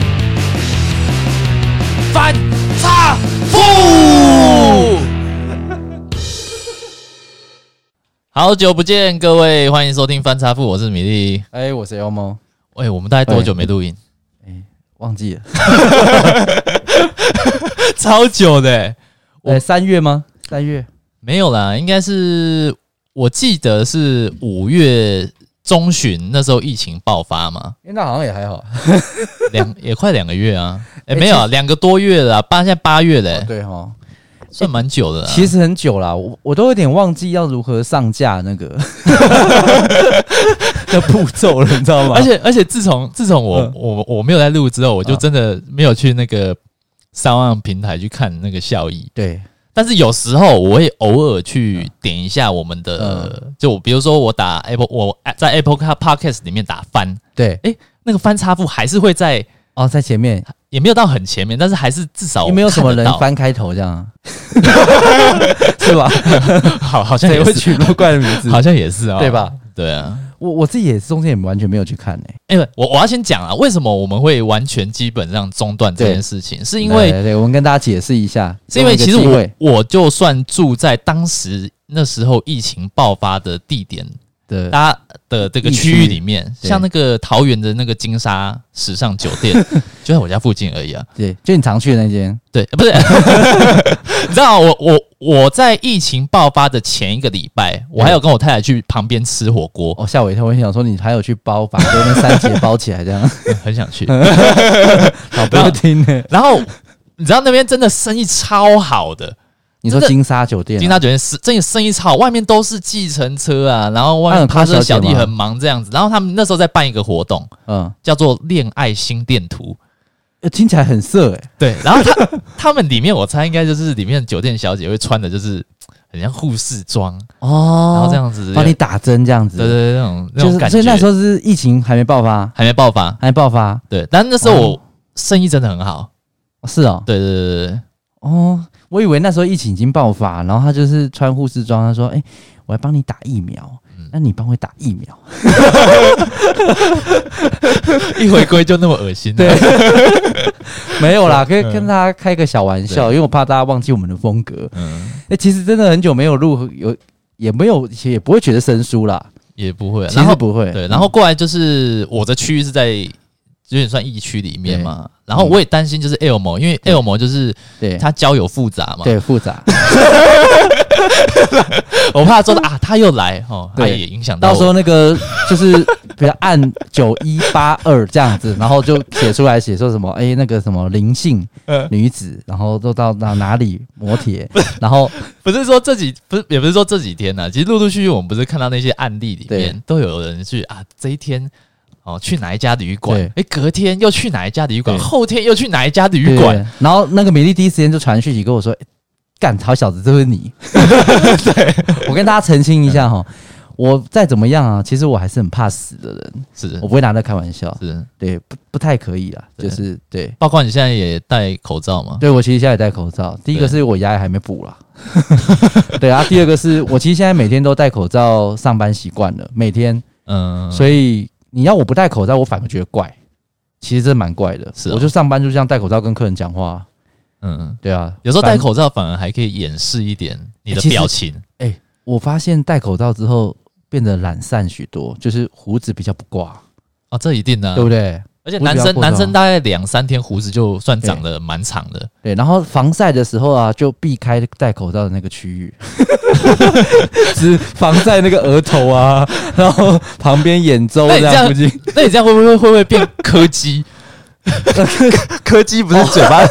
好久不见，各位，欢迎收听翻查富，我是米粒。哎、我是 Elmo，喂、我们大概多久没录音？忘 记了， 超久的、欸，我哎、三月吗？三月，没有啦，应该是我记得是五月中旬那时候疫情爆发嘛，哎那好像也还好。两也快两个月啊， 哎、欸没有啊两、个多月了啊，八现在八月嘞、 对哈，算蛮久的啦。其实很久啦，我我都有点忘记要如何上架那个 的步骤了，你知道吗？而且而且自从自从我、嗯我我没有在录之后，我就嗯真的没有去那个上岸平台去看那个效益。对，但是有时候我会偶尔嗯去点一下我们的，就我比如说我打 Apple，我在 Apple Car Podcast 里面打翻，对，那个翻插幅还是会在，哦，在前面也没有到很前面，但是还是至少有没有什么看得人到，翻开头这样 啊？是 吧？ 好好像谁也会是，取那么怪的名字？好像也是啊、对吧？对啊，我我自己也是中间也完全没有去看呢、欸哎、我我要先讲啊，为什么我们会完全基本上中断这件事情，是因来为来来我们跟大家解释一下，是因为其实给一个机我会我就算住在当时那时候疫情爆发的地点，对大家的这个区域里面，对像那个桃园的那个金沙时尚酒店， 就在我家附近而已啊。对，就你常去的那间，对，呃不是， 你知道啊我我我在疫情爆发的前一个礼拜，我还有跟我太太去旁边吃火锅，哦，吓我一跳！我想说你还有去包， 把这边三节包起来 这样，很想去。 好 不要听呢。然后你知道那边真的生意超好的，你说金沙酒店啊、金沙酒店是真的生意超好，外面都是计程车啊，然后外那面很趴夸车小小姐弟吗很忙这样子。然后他们那时候在办一个活动，嗯，叫做“恋爱心电图”。呃听起来很色哎、对，然后他他们里面，我猜应该就是里面酒店小姐会穿的，就是很像护士装，哦然后这样子，帮你打针这样子，对对对，那种那就种是感所觉。以那时候是疫情还没爆发，还没爆发，还没爆发对，但那时候我生意真的很好，哦是哦，对对对对对，哦，我以为那时候疫情已经爆发，然后他就是穿护士装，他说：“哎、我来帮你打疫苗，嗯那你帮我打 疫苗。 对一回归就那么恶心、啊，对”没有啦，可以嗯跟大家开个小玩笑，因为我怕大家忘记我们的风格。嗯，哎、其实真的很久没有录，有也没有也不会觉得生疏啦，也不会啊。其然实后不会。对，然后过来就是我的区域是在有点算疫区里面嘛，然后我也担心就是 L 模，因为 L 模就是对他交友复杂嘛，对复杂，我怕说啊他又来哦，他对也影响到到我时候那个就是 比较按九一八二这样子，然后就写出来写说什么哎、那个什么灵性嗯女子，然后都到哪哪里磨 铁，然后不是说这几不是也不是说这几天呐、啊其实陆陆续续我们不是看到那些案例里面对都有人去啊，这一天哦去哪一家旅馆对，诶，隔天又去哪一家旅馆，对后天又去哪一家旅对馆，然后那个美丽第一时间就传讯息跟我说，哎干、好小子，这 是你。 对，我跟大家澄清一下哈。我再怎么样啊，其实我还是很怕死的人，是我不会拿它开玩笑，是，对，不不太可以啦，对就是对，包括你现在也戴口罩嘛，对，我其实现在也戴口罩。第一个对是我牙也还没补啦， 对啊。第二个是我其实现在每天都戴口罩上班习惯了，每天，嗯，以所以你要我不戴口罩，我反而觉得怪。其实这蛮怪的，是哦我就上班就这样戴口罩跟客人讲话，嗯，对啊。有时候戴反口罩反而还可以掩饰一点你的哎诶其实表情，我发现戴口罩之后变得懒散许多，就是胡子比较不挂，哦，这一定的、对不对？而且胡子男比较生过男头生大概两三天胡子就算长得蛮长的，对，然后防晒的时候啊，就避开戴口罩的那个区域， 只防晒那个额头啊，然后旁边眼周那你这这样样附近。那你这样会不会会不会变柯基？ 柯基不是嘴巴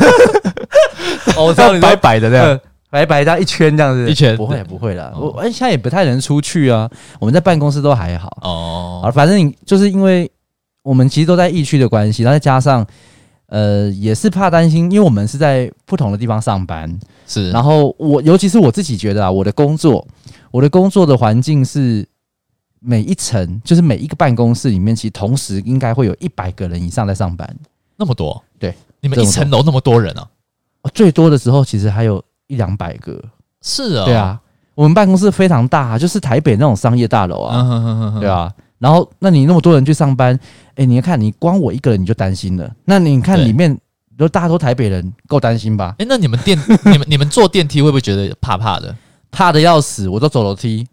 哦， 我知道像你白说白的这样，呃白白这样一圈这样子，一圈不会不会啦。哦我哎，现在也不太能出去啊，我们在办公室都还好。哦，好，反正你就是因为我们其实都在疫区的关系，然后再加上呃也是怕担心，因为我们是在不同的地方上班，是，然后我尤其是我自己觉得啊，我的工作，我的工作的环境是每一层，就是每一个办公室里面，其实同时应该会有一百个人以上在上班，那么多，对，你们这一么多层楼那么多人啊？哦最多的时候其实还有一两百个。是啊，对，啊，我们办公室非常大、啊就是台北那种商业大楼啊，嗯哼哼哼哼对，啊。然后，那你那么多人去上班，哎，你看你光我一个人你就担心了，那你看对里面都大家都台北人，够担心吧？ 哎，那你们电，你们你们坐电梯会不会觉得怕怕的？ 怕的要死，我都走楼梯。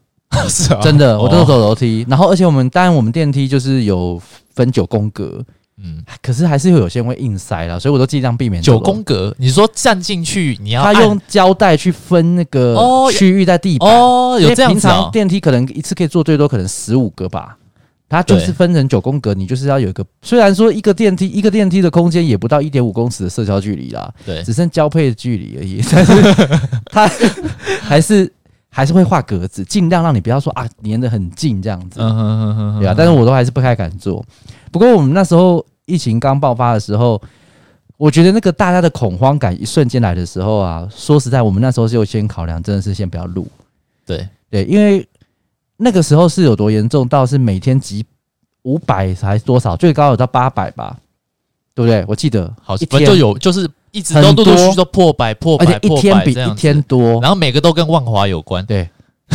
是啊，真的，我都哦走楼梯。然后，而且我们当然我们电梯就是有分九宫格，嗯，可是还是会有些人会硬塞啦，所以我都尽量避免九走楼梯宫格，你说站进去你要他按用胶带去分那个哦区域在地板。哦，有这因为样平子常哦，电梯可能一次可以坐最多可能十五个吧，它就是对分成九宫格，你就是要有一个，虽然说一个电梯一个电梯的空间也不到一点五公尺的社交距离啦，对只剩交配的距离而 已，但是它还是还是会画格子，尽量让你不要说啊粘得很近这样子，嗯哼哼哼哼对啊，但是我都还是不太敢做。不过我们那时候疫情刚爆发的时候，我觉得那个大家的恐慌感一瞬间来的时候啊，说实在，我们那时候是优先考量，真的是先不要录，对，对，因为那个时候是有多严重，到是每天几五百还是多少，最高有到八百吧，对不对？我记得好，一反正就天，有就是一直很都陆陆续多续都破百破百而且一破天百比这样一子天多，然后每个都跟万华有关，对，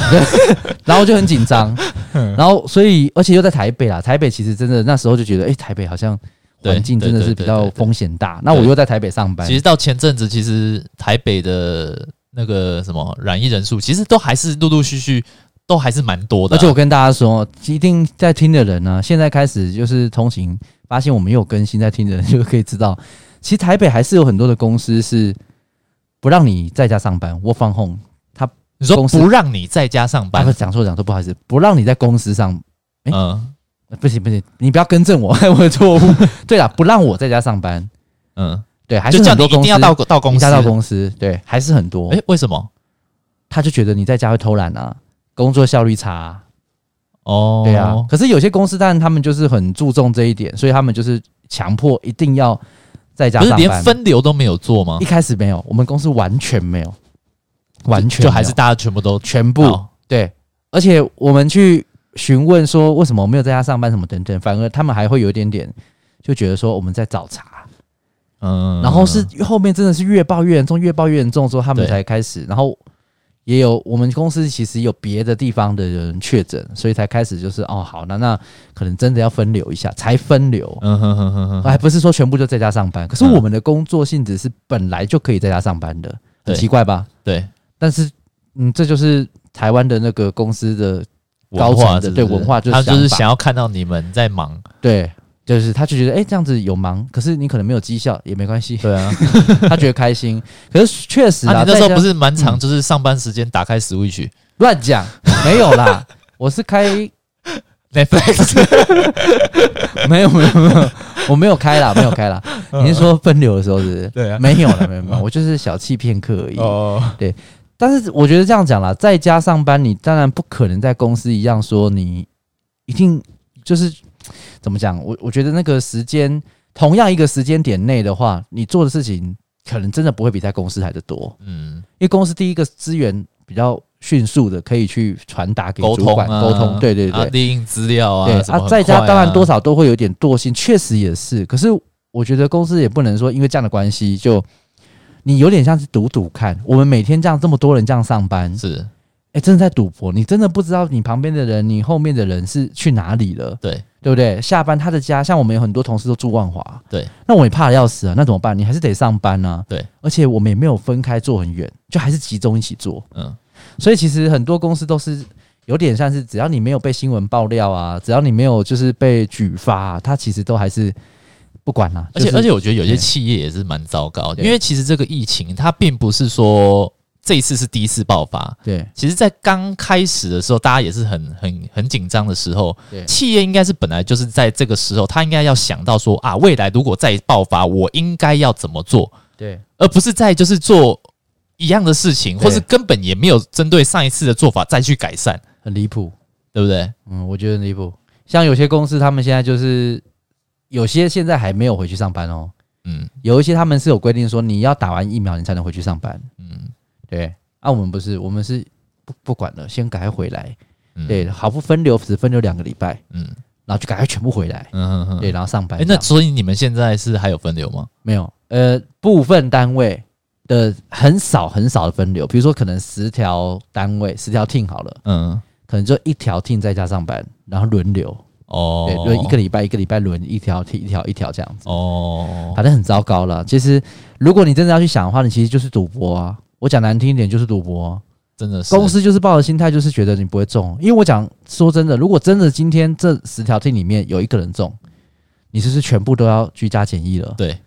然后就很紧 张，嗯然后所以而且又在台北啦，台北其实真的那时候就觉得，哎、台北好像对环境真的是比对较对对对对风险大。那我又在台北上班其，实到前阵子，其实台北的那个什么染疫人数，其实都还是陆陆续续都还是蛮多的而啊、且我跟大家说，一定在听的人呢、现在开始就是通勤，发现我们又有更新，在听的人就可以知道，其实台北还是有很多的公司是不让你在家上班，work from home。你说公司不让你在家上啊，班不，讲错讲错，不好意思，不让你在公司上哎嗯呃不行不行，你不要更正我， 我的错误。对啦，不让我在家上班，嗯，对，还是就叫很你多一公定司要到到公一司，家到公司，对，还是很多。哎、为什么？他就觉得你在家会偷懒啊，工作效率差啊、哦，对啊。可是有些公司，但他们就是很注重这一点，所以他们就是强迫一定要在家不是上连班。分流都没有做吗一？开始没有，我们公司完全没有，完全就没有还是大家全部都全部好对。而且我们去询问说为什么我没有在家上班什么等等，反而他们还会有一点点就觉得说我们在找茬。嗯，然后是后面真的是越爆越严重，越爆越严重之后，他们对才开始，然后也有我们公司其实有别的地方的人确诊，所以才开始就是哦，好，那那可能真的要分流一下，才分流，嗯哼哼哼哼，还不是说全部就在家上班。可是嗯我们的工作性质是本来就可以在家上班的，很对奇怪吧？对，但是，嗯，这就是台湾的那个公司的高文化层的是不对是文化就是他就是想法想要看到你们在忙，对。就是他就觉得，哎、这样子有忙，可是你可能没有绩效也没关系，对啊， 他觉得开心。可是确实啊，啊，你那时在候家不是蛮长，就是上班时间打开 Switch 乱讲，没有 啦，我是开 Netflix， 没有没有没有，我没有开啦，没有开啦。你是说分流的时候是不是？嗯对啊没有了，没有没有，我就是小气片刻而已。哦，但是我觉得这样讲啦，在家上班，你当然不可能在公司一样说你一定就是怎么讲？我我觉得那个时间，同样一个时间点内的话，你做的事情可能真的不会比在公司来的多，嗯，因为公司第一个资源比较迅速的可以去传达给沟主通管啊沟通，对对对，啊，列印资料啊，对什么很快在家啊当然多少都会有点惰性，确实也是。可是我觉得公司也不能说因为这样的关系就你有点像是赌赌看。我们每天这样这么多人这样上班，是，哎，真的在赌博，你真的不知道你旁边的人、你后面的人是去哪里了，对对不对？下班他的家，像我们有很多同事都住万华，对，那我也怕的要死啊，那怎么办？你还是得上班啊，对，而且我们也没有分开坐很远，就还是集中一起做。嗯，所以其实很多公司都是有点像是，只要你没有被新闻爆料啊，只要你没有就是被举发、啊，他其实都还是不管啦、而且就是而且我觉得有些对企业也是蛮糟糕的，对因为其实这个疫情它并不是说这一次是第一次爆发，对其实在刚开始的时候，大家也是很很很紧张的时候对，企业应该是本来就是在这个时候，他应该要想到说啊，未来如果再爆发，我应该要怎么做，对而不是在就是做。一样的事情，对或是根本也没有针对上一次的做法再去改善，很离谱，对不对？嗯，我觉得很离谱。像有些公司，他们现在就是有些现在还没有回去上班哦，嗯有一些他们是有规定说你要打完疫苗你才能回去上班，嗯对。啊，我们不是，我们是不不管了，先赶快回来，嗯，对，好不分流，只分流两个礼拜，嗯然后就赶快全部回来，嗯嗯嗯，对，然后上班哎、这样。那所以你们现在是还有分流吗？没有，呃，部分单位的很少很少的分流，比如说可能十条单位，十条 team 好了，嗯，可能就一条 team 在家上班，然后轮流，哦对，，轮一个礼拜一个礼拜轮一条 team 一条一条这样子，哦，反正很糟糕了。其实如果你真的要去想的话，你其实就是赌博啊。我讲难听一点，就是赌博啊、真的是公司就是抱着心态，就是觉得你不会中。因为我讲说真的，如果真的今天这十条 team 里面有一个人中，你是不是全部都要居家检疫了？对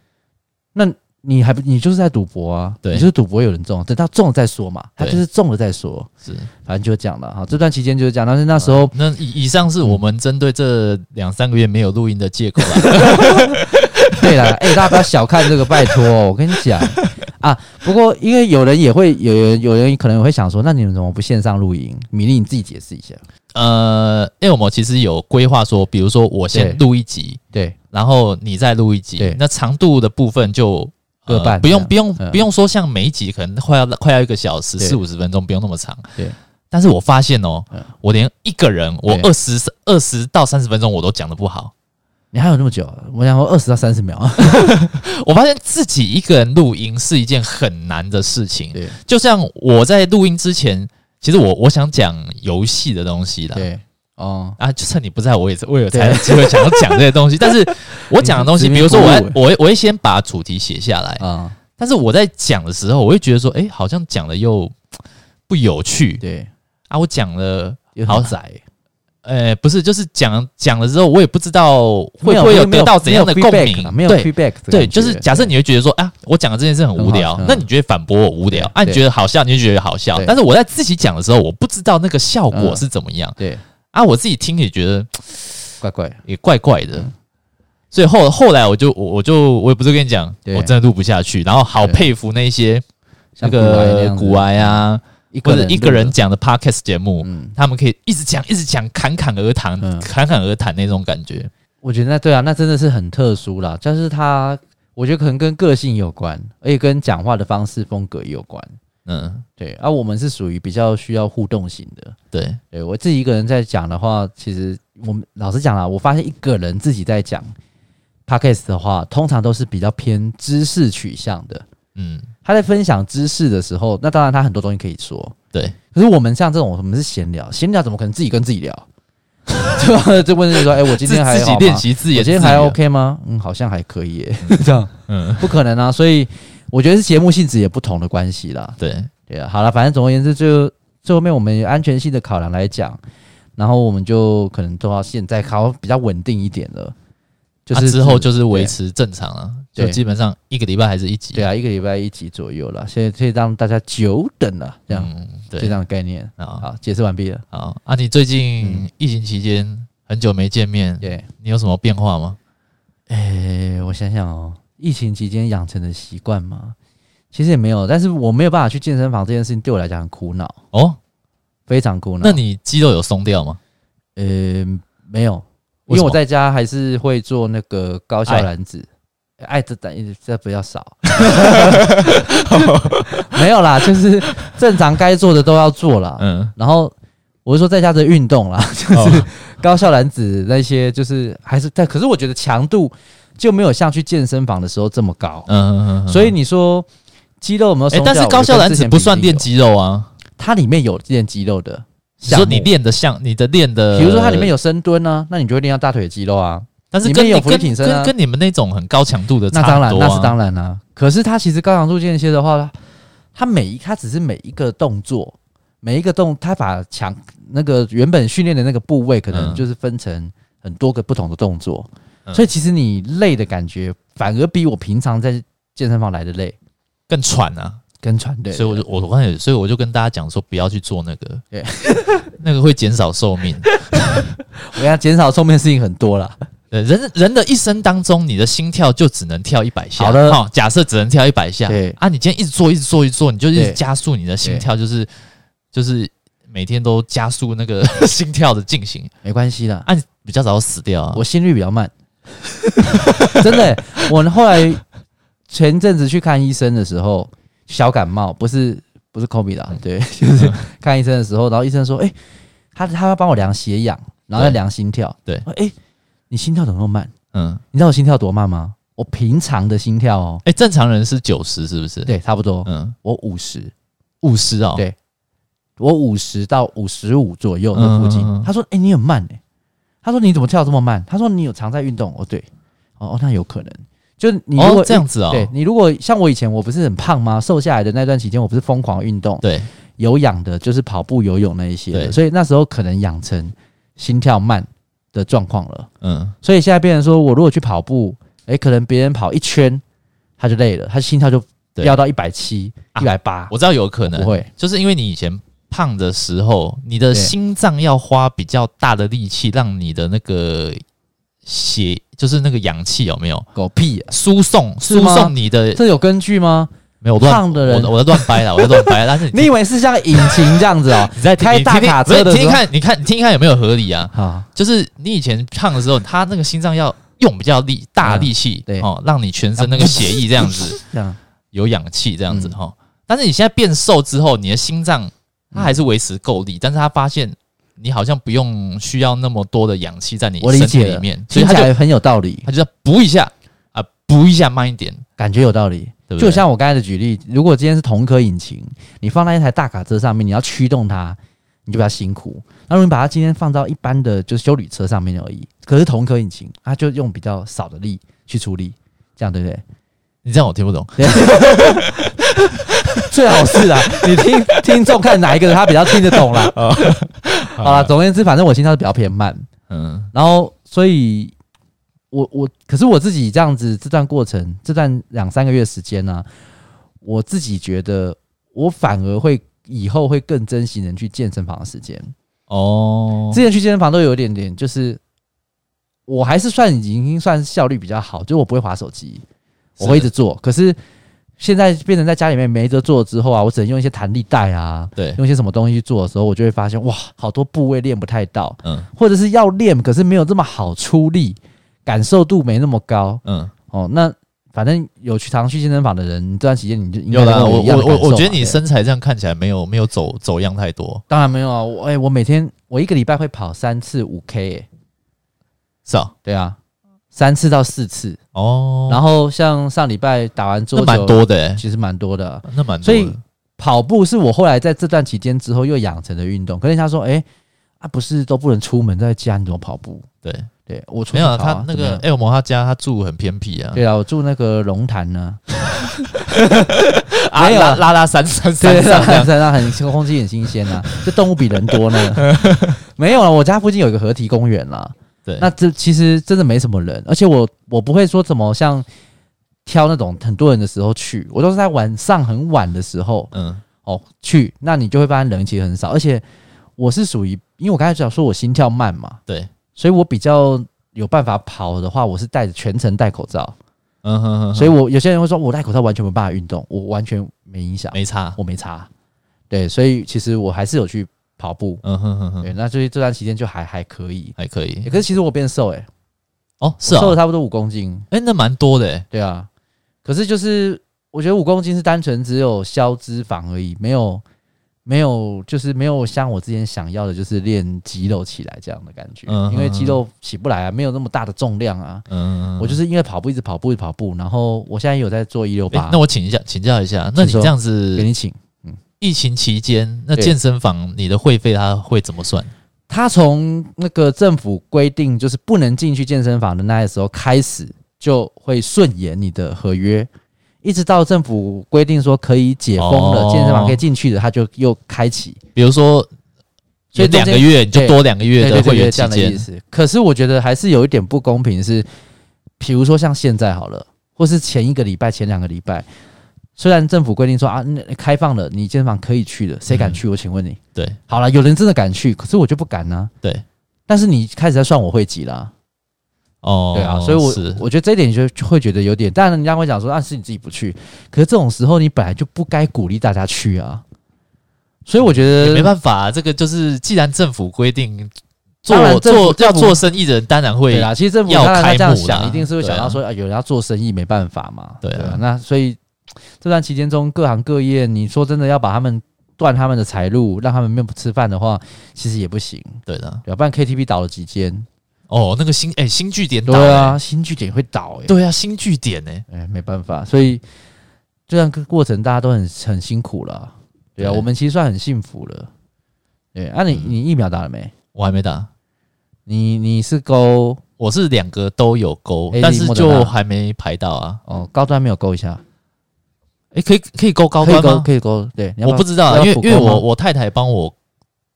那你还不你就是在赌博啊？对你就是赌博有人中，等到中了再说嘛。他对嗯就是中了再说，是。反正就这样了哈。这段期间就是这样，但是那时候那以以上是我们针对这两三个月没有录音的借口啦。对 啦，哎、大家不要小看这个，拜托、我跟你讲啊。不过，因为有人也会有人有人可能也会想说，那你们怎么不线上录音？米粒你自己解释一下。呃，因为我们其实有规划说，比如说我先对录一集，对然后你再录一对集，那长度的部分就。呃各半不这用样不用嗯不用说，像每一集可能快要快要一个小时对四五十分钟，不用那么长。对，但是我发现哦嗯，我连一个人我对二十二十到三十分钟我都讲的不好，你还有那么久，啊我想说二十到三十秒。啊我发现自己一个人录音是一件很难的事情。对就像我在录音之前，其实我我想讲游戏的东西啦，对，哦，啊，就趁你不在我也是，我有才对有机会想要讲这些 东西。但是我讲的东西，你比是如执说迷我不要悟我会我会先把主题写下来，啊、但是我在讲的时候，我会觉得说，哎、好像讲的又不有趣对，啊。我讲了，又好很窄，呃，不是，就是讲讲了之后，我也不知道会没有不会有没得到怎样的没有共 feedback 鸣啊，没有对 feedback 的对，感就是觉假设你会觉得说啊，我讲的这件事很无聊很好嗯，那你觉得反驳我无聊对啊？你觉得好笑，你就觉得好笑对。嗯但是我在自己讲的时候，我不知道那个效果是怎么样对啊，我自己听也觉得怪怪的，也怪怪的嗯。所以后后来我就我我就我也不是跟你讲，对我真的录不下去，然后好对佩服那些那像古玩那个样子古癌啊，一或个者人一个人录的，讲的 podcast 节目，嗯，他们可以一直讲一直讲，侃侃而谈嗯，侃侃而谈那种感觉。我觉得那对啊，那真的是很特殊啦，但是他。我觉得可能跟个性有关，而且跟讲话的方式风格也有关。嗯，对，而、我们是属于比较需要互动型的。对，对我自己一个人在讲的话，其实我们老实讲啦，我发现一个人自己在讲 podcast 的话，通常都是比较偏知识取向的。嗯，他在分享知识的时候，那当然他很多东西可以说，对。可是我们像这种，我们是闲聊，闲聊怎么可能自己跟自己聊？ 对吧？就问自己说，哎、我今自天还自己好吗练习自我言自今语天啊，还 OK 吗？嗯，好像还可以耶， 这样嗯，不可能啊。所以我觉得是节目性质也不同的关系啦。对，对啊，好了，反正总而言之，就最后面我们有安全性的考量来讲，然后我们就可能做到现在，考比较稳定一点了，就啊是、之后就是维持正常了，对就基本上一个礼拜还是一集。对啊，一个礼拜一集左右了，所以所以让大家久等了，这样、嗯，就这对，样的概念。好，好，解释完毕了。好啊，你最近疫情期间很久没见面，嗯对，你有什么变化吗？诶、我想想哦，疫情期间养成的习惯嘛，其实也没有，但是我没有办法去健身房这件事情对我来讲很苦恼，哦，非常苦恼。那你肌肉有松掉吗？呃，没有，因为为什么我在家还是会做那个高效爱燃脂，爱这单这比 较少，没有啦，就是正常该做的都要做啦。嗯，然后我是说在家的运动啦， 就是哦高效燃脂那些，就是还是但可是我觉得强度就没有像去健身房的时候这么高，嗯，所以你说肌肉有没有哎松，掉？但是高效燃脂不算练练，肌肉啊。它里面有练肌肉的你项目。说你练的像你的练的，比如说它里面，有深蹲啊，那你就会练到大腿肌肉啊。但是里跟面有你俯卧跟撑啊跟跟你们那种很高强度的那差当很然，多那是啊。当然啦、可是它其实高强度间歇的话，它每一它只是每一个动作，每一个动，它把强那个原本训练的那个部位，可嗯能就是分成很多个不同的动作，嗯所以其实你累的感觉反而比我平常在健身房来的累，更喘啊。跟团队。所以我就我我刚才，所以我就跟大家讲说，不要去做那个对， 那个会减少寿命。我要减少后面的事情很多啦。对，人人的一生当中，你的心跳就只能跳一百下。好的哦，假设只能跳一百下，对啊，你今天一直做，一直做，一直做，你就一对直加速你的心跳，就是就是每天都加速那个 心跳的进行，没关系啦，啊，你比较早死掉啊。我心率比较慢， 真的欸、我后来前阵子去看医生的时候，小感冒，不是不是 COVID 啦，嗯对， 就是看医生的时候，然后医生说，哎、他他要帮我量血氧，然后再对量心跳，对哎、诶你心跳怎么那么慢？嗯，你知道我心跳多慢吗？我平常的心跳哦，哎、正常人是九十，是不是？，对，差不多，嗯，我五十，五十哦。对我五十到五十五左右那附近。嗯嗯嗯他说，哎、你很慢哎、他说你怎么跳这么慢？他说你有常在运动哦，对，哦哦，那有可能。就你如果、哦，这样子哦。对你如果像我以前我不是很胖吗？瘦下来的那段期间，我不是疯狂运动，对有氧的，就是跑步、游泳那一些的，对所以那时候可能养成心跳慢的状况了。嗯，所以现在变成说我如果去跑步，诶，可能别人跑一圈他就累了，他心跳就对掉到一百七、啊一百八，我知道有可不能，会。就是因为你以前胖的时候，你的对心脏要花比较大的力气，让你的那个血，就是那个氧气有没有狗屁、啊，输送是输吗送你的？这有根据吗？没有我乱胖的人我我在乱 掰啦，我在乱掰啦。但是你以为是像引擎这样子哦、 你在开大卡车的你听听时候，看，你看，你听听看有没有合理啊？好，就是你以前胖的时候，他那个心脏要用比较力大力气，嗯对哦，让你全身那个血液这样 子这样有氧气这样子嗯哈、哦。但是你现在变瘦之后，你的心脏它还是维持够力，但是他发现你好像不用需要那么多的氧气在你我理身体解里了面，，所以听起他就来很有道理，他就要补一下啊，补一下慢一点，感觉有道理。对不对？就像我刚才的举例，如果今天是同一颗引擎，你放在一台大卡车上面，你要驱动它，你就比较辛苦。那如果你把它今天放到一般的就是修理车上面而已，可是同一颗引擎，它就用比较少的力去处理，这样对不对？你这样我听不懂， 最好是啊，你听听众看哪一个他比较听得懂 啦。哦好啦，总而言之，反正我心跳是比较偏慢，嗯然后所以我我可是我自己这样子这段过程，这段两三个月时间呢、啊我自己觉得我反而会以后会更珍惜能去健身房的时间。哦之前去健身房都有一点点，就是我还是算已经算效率比较好，就是我不会划手机，我会一直做。可是现在变成在家里面没得做之后啊，我只能用一些弹力带啊，对，用一些什么东西去做的时候，我就会发现哇，好多部位练不太到。嗯或者是要练，可是没有这么好出力，感受度没那么高嗯，哦。那反正有去常去健身房的人，你这段时间你就应该有都跟啦，我一样我的感我受嘛啊我觉得你对身材这样看起来没有没有走走样太多，当然没有啊，我哎、我每天我一个礼拜会跑三次五 K，、哎，是啊，对啊，三次到四次。哦，然后像上礼拜打完桌那球，蛮，多的、欸，其实蛮多的。啊那蛮多的，所以跑步是我后来在这段期间之后又养成的运动。可是人家说，哎、啊，不是都不能出门，在家你怎么跑步？对，对我出没去有跑、啊啊、他那怎么样个艾尔摩他家他住很偏僻啊，对啊，我住那个龙潭呢、啊没有拉啊拉拉山山对 山啊，上这山样，上很空气很新鲜啊， 这动物比人多 呢。没有啊，我家附近有一个河堤公园啦。 对，啊那这其实真的没什么人，而且我我不会说怎么像挑那种很多人的时候去，我都是在晚上很晚的时候嗯哦去，那你就会发现人其实很少，而且我是属于，因为我刚才讲说我心跳慢嘛，对，所以我比较有办法跑的话，我是戴着全程戴口罩，嗯哼哼，所以以我有些人会说我戴口罩完全没办法运动，我完全没影响。没差，我没查，对，所以其实我还是有去跑步，嗯哼哼哼，对，那所以这段期间就还还可以、还可以欸可，是其实我变瘦、欸，哎、哦是啊瘦，了差不多五公斤，哎、那蛮多的、欸，对啊，可是就是我觉得五公斤是单纯只有消脂肪而已，没有没有就是没有像我之前想要的，就是练肌肉起来这样的感觉，嗯因为嗯肌肉起不来啊，没有那么大的重量啊。嗯，我就是因为跑步，一直跑步，一直跑步，然后我现在有在做一六哎、八，那我请一下，请教一下，那你请说这样给子你请。疫情期间，那对健身房你的会费它会怎么算？他从那个政府规定就是不能进去健身房的那时候开始，就会顺延你的合约，一直到政府规定说可以解封了，哦健身房可以进去的，他就又开启。比如说，所以两中间个月你就对多两个月的对对会对员这期样的意间，思。可是我觉得还是有一点不公平是，比如说像现在好了，或是前一个礼拜、前两个礼拜，虽然政府规定说啊，那开放了，你健身房可以去了，谁敢去？我请问你，嗯对好了，有人真的敢去，可是我就不敢呢、对，但是你开始在算我会籍啦、哦，对啊，所以是我我觉得这一点就就会觉得有点，当然人家会讲说啊是你自己不去，可是这种时候你本来就不该鼓励大家去啊，所以我觉也没得办法、啊这个就是既然政府规定当然做政府做要政府做生意的人，当然对啊会啦，其实政府要当然他开这样幕啦想，一定是会想到说啊有人要做生意没办法嘛，对啊那所以这段期间中各行各业，你说真的要把他们断他们的财路，让他们没有吃饭的话，其实也不行，对的。对吧、不然 KTV 倒了几间，哦，那个新哎、新据点倒、对啊，新据点会倒哎、哎，对啊，新据点哎、哎，没办法，所以这样个过程大家都很很辛苦了，对啊，对嗯我们其实算很幸福了。对，啊你，你、疫苗打了没？我还没打，你你是勾我是两个都有勾， A Z 但是莫德纳就还没排到啊。哦，高端没有勾一下，哎，可以可以勾高可以端勾吗？可以勾，对，你要我要不知道啊，要因为普因为勾吗我我太太帮我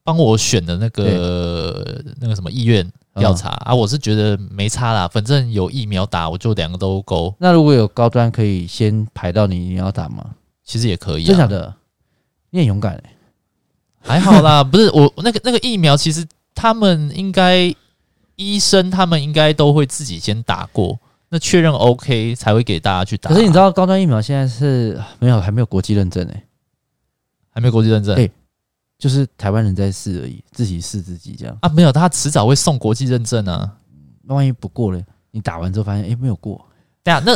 帮我选的那个那个什么意愿调查嗯啊，我是觉得没差啦，反正有疫苗打，我就两个都勾，那如果有高端，可以先排到你你要打吗？其实也可以真假啊，的？你很勇敢、欸，还好啦， 不是我那个那个疫苗，其实他们应该医生他们应该都会自己先打过，那确认 OK 才会给大家去打。可是你知道高端疫苗现在是没有还没有国际认证哎、还没有国际认证？对就是台湾人在试而已，自己试自己这样。啊，没有，他迟早会送国际认证啊。那万一不过嘞，你打完之后发现哎、诶没有过，对啊，那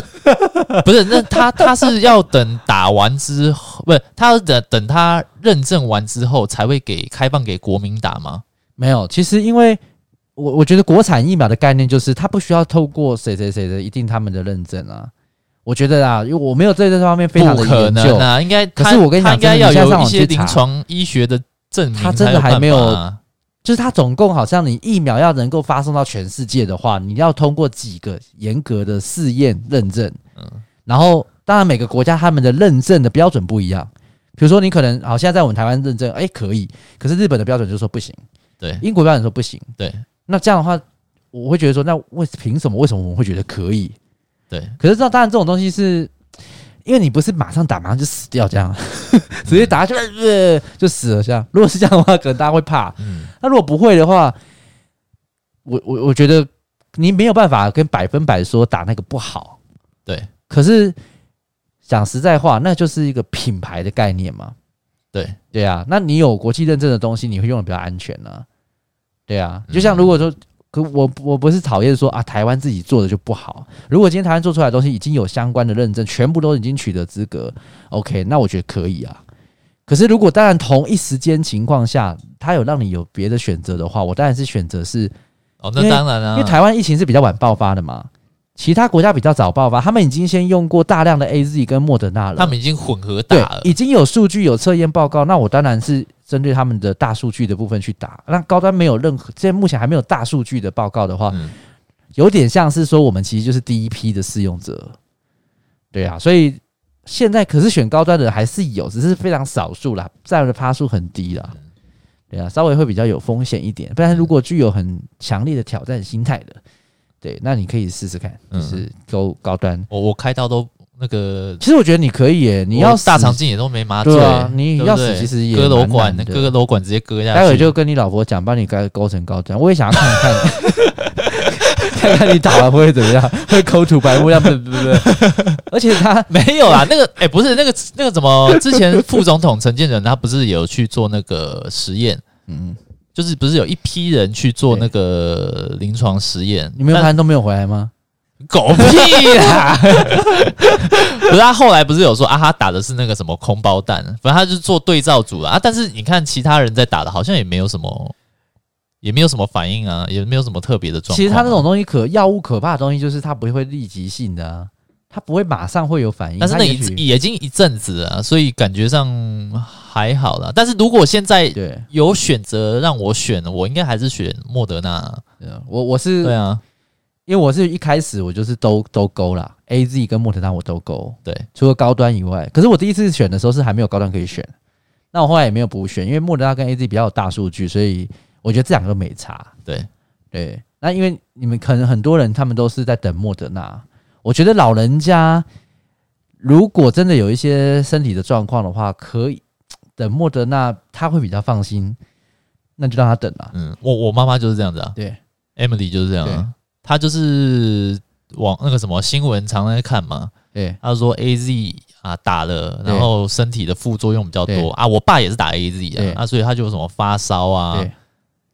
不是那他他是要等打完之后，不是他要等等他认证完之后才会给开放给国民打吗？没有。其实因为我我觉得国产疫苗的概念就是它不需要透过谁谁谁的一定他们的认证啊。我觉得啊，因为我没有对这方面非常不的可研能究，啊，应该他可是我跟你讲他应该要真的你现在有上一网去些查临床医学的证明，他真的还没有有。啊就是它总共好像你疫苗要能够发送到全世界的话，你要通过几个严格的试验认证。嗯然后，当然每个国家他们的认证的标准不一样。比如说，你可能好现在在我们台湾认证，哎、可以，可是日本的标准就说不行，对英国标准说不行，对。那这样的话，我会觉得说，那为凭什么？为什么我们会觉得可以？对，可是这当然这种东西是。因为你不是马上打，马上就死 掉这样，直接打下去、呃、就死了这样。如果是这样的话，可能大家会怕。嗯，那如果不会的话，我我我觉得你没有办法跟百分百说打那个不好。对，可是讲实在话，那就是一个品牌的概念嘛。对对啊，那你有国际认证的东西，你会用的比较安全呢、对啊，嗯就像如果说，可我我不是讨厌说啊，台湾自己做的就不好。如果今天台湾做出来的东西已经有相关的认证，全部都已经取得资格，OK，那我觉得可以啊。可是如果当然同一时间情况下，它有让你有别的选择的话，我当然是选择是哦，因那为当然啊，因为台湾疫情是比较晚爆发的嘛，其他国家比较早爆发，他们已经先用过大量的 A Z 跟莫德纳了，他们已经混合打对了，已经有数据有测验报告，那我当然是针对他们的大数据的部分去打。那高端没有任何，现在目前还没有大数据的报告的话，嗯有点像是说我们其实就是第一批的试用者，对啊，所以现在可是选高端的人还是有，只是非常少数啦，占的趴数很低啦，对啊，稍微会比较有风险一点。不然如果具有很强烈的挑战心态的，对，那你可以试试看，就嗯是勾高端。我我开刀都那个，其实我觉得你可以耶，我你要大死肠镜也都没麻醉对啊，，你对不要死对其实也割蛮楼难管，的割楼管直接割下去，待会就跟你老婆讲，帮你该勾成高端。我也想要看看， 看看你打完会怎么样，会口吐白沫，要不 不不。而且他没有啦，那个 哎、不是那个那个怎么？之前副总统陈建仁他不是有去做那个实验，嗯，就是不是有一批人去做那个临床实验？你没有发现都没有回 来吗？但狗 屁啦！不是他后来不是有说啊，他打的是那个什么空包弹，反正他就是做对照组啦啊。但是你看其他人在打的，好像也没有什么，也没有什么反应啊，也没有什么特别的状况啊、其实他那种东西可药物可怕的东西，就是它不会立即性的、啊，它不会马上会有反应。但是那它已也许已经一阵子了啊，所以感觉上还好啦。但是如果现在对，有选择让我选，我应该还是选莫德纳。对啊我我是对啊，因为我是一开始我就是都都勾啦，A Z 跟莫德纳我都勾，对，除了高端以外，可是我第一次选的时候是还没有高端可以选，那我后来也没有补选，因为莫德纳跟 A Z 比较有大数据，所以我觉得这两个都没差。对对，那因为你们可能很多人他们都是在等莫德纳，我觉得老人家如果真的有一些身体的状况的话，可以等莫德纳，他会比较放心，那就让他等啊啦。嗯，我我妈妈就是这样子啊对， ，Emily 就是这样啊，她就是往那个什么新闻常常在看嘛，对，她说 A Z 啊打了，对然后身体的副作用比较对多啊，我爸也是打 A Z 对啊，啊，所以他就有什么发烧啊对，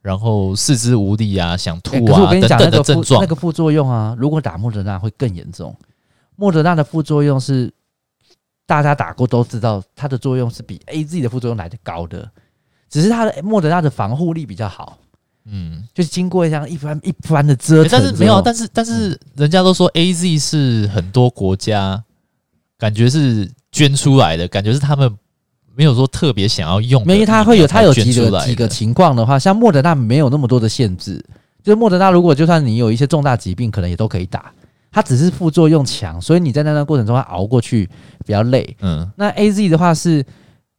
然后四肢无力啊，想欸吐可是我啊跟你等讲，等那的个症副状那，个副作用啊，如果打莫德纳会更严重。莫德纳的副作用是，大家打过都知道，它的作用是比 A Z 的副作用来的高的，只是它的莫德纳的防护力比较好，嗯，就是经过这样一番一番的折欸腾之后、但是没有啊，但是但是人家都说 A Z 是很多国家感觉是捐出来的，感觉是他们没有说特别想要用的疫苗才捐出来的，没有，因为它会有它有几个几个情况的话，像莫德纳没有那么多的限制，就是莫德纳如果就算你有一些重大疾病，可能也都可以打。它只是副作用强，所以你在那段过程中它熬过去比较累。嗯，那 A Z 的话是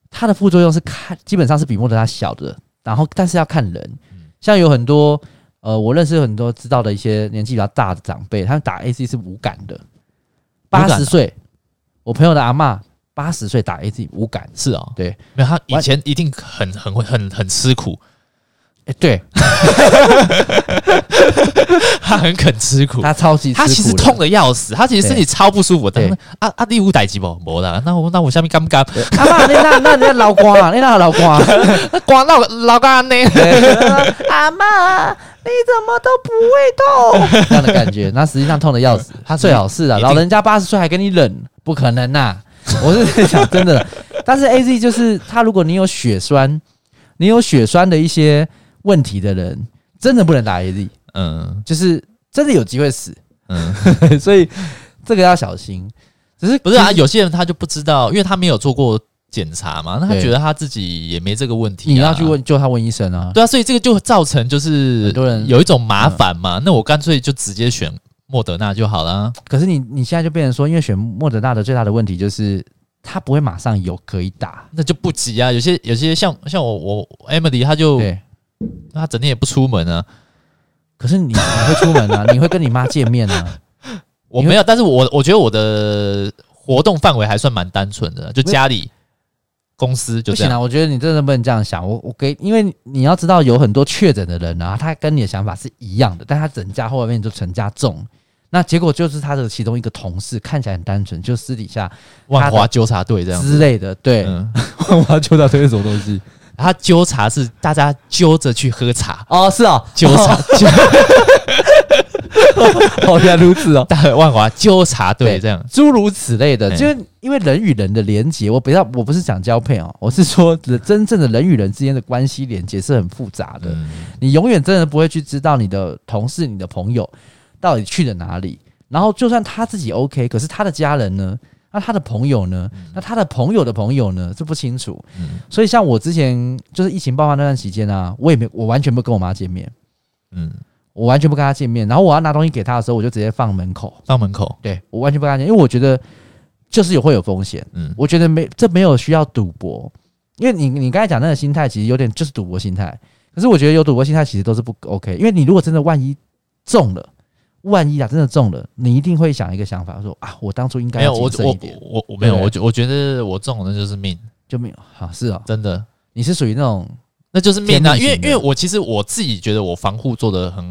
它的副作用是看基本上是比莫德纳小的，然后但是要看人，嗯像有很多呃我认识很多知道的一些年纪比较大的长辈，他们打 A Z 是无感的，感八啊十岁，我朋友的阿嬷八十岁打 A Z 无感，是哦，对，没有他以前一定很很会很很吃苦，哎、对他很肯吃苦。他超级他吃其实苦的痛的要死，他其实身体超不舒服。对但啊啊，第五代机不没啦，那我那我下面干不干？阿妈，你那那你那老瓜啊，你那老瓜、那光老老干呢？ 阿妈，你怎么都不会 痛？这样的感觉，那实际上痛的要死。他最好是啊，一定老人家八十岁还跟你忍，不可能呐、我是讲真 的，但是 A Z 就是他，如果你有血栓，你有血栓的一些问题的人，真的不能打 A Z，嗯就是真的有机会死，嗯， 所以这个要小心。只是不是啊，有些人他就不知道，因为他没有做过检查嘛，那他对觉得他自己也没这个问题、啊你要去。问，就他问医生啊。对啊，所以这个就造成就是很多人有一种麻烦嘛。嗯那我干脆就直接选莫德纳就好啦。可是你你现在就变成说，因为选莫德纳的最大的问题就是它不会马上有可以打，那就不急啊。有些有些像像我我 Emily，她就对。她整天也不出门啊。可是你你会出门 啊，你会跟你妈见面 啊，我没有，但是我我觉得我的活动范围还算蛮单纯的，就家里、公司就不这行样。啊！我觉得你真的不能这样想。我我给，因为你要知道有很多确诊的人啊，他跟你的想法是一样的，但他整家后面就成家重。那结果就是他的其中一个同事看起来很单纯，就私底下啊万华纠察队这样之子。类的，对，嗯， 我要揪到这是什么东西？他纠察是大家揪着去喝 茶，哦，是哦，纠 察，纠哦，原来如此哦。大万华纠察队对这样。诸如此类的，嗯就是因为人与人的连接，我不要，我不是讲交配哦，我 是说人真正的人与人之间的关系连接是很复杂的，嗯，你永远真的不会去知道你的同事、你的朋友到底去了哪里。然后就算他自己 OK，可是他的家人呢？那他的朋友呢？那他的朋友的朋友呢？这不清楚。嗯所以像我之前就是疫情爆发那段期间啊，我也没我完全不跟我妈见面，嗯，我完全不跟她见面。然后我要拿东西给她的时候，我就直接放门口。到门口，对我完全不跟他讲，因为我觉得就是有会有风险，嗯我觉得没这没有需要赌博，因为你你刚才讲那个心态其实有点就是赌博心态，可是我觉得有赌博心态其实都是不 OK，因为你如果真的万一中了，万一啊真的中了，你一定会想一个想法说啊，我当初应该没有要我谨慎一我点，我我没有，对我觉我觉得我这种人就是命，就没有好、是哦，真的。你是属于那种那就是命啊，天命因为型因的为我其实我自己觉得我防护做的很，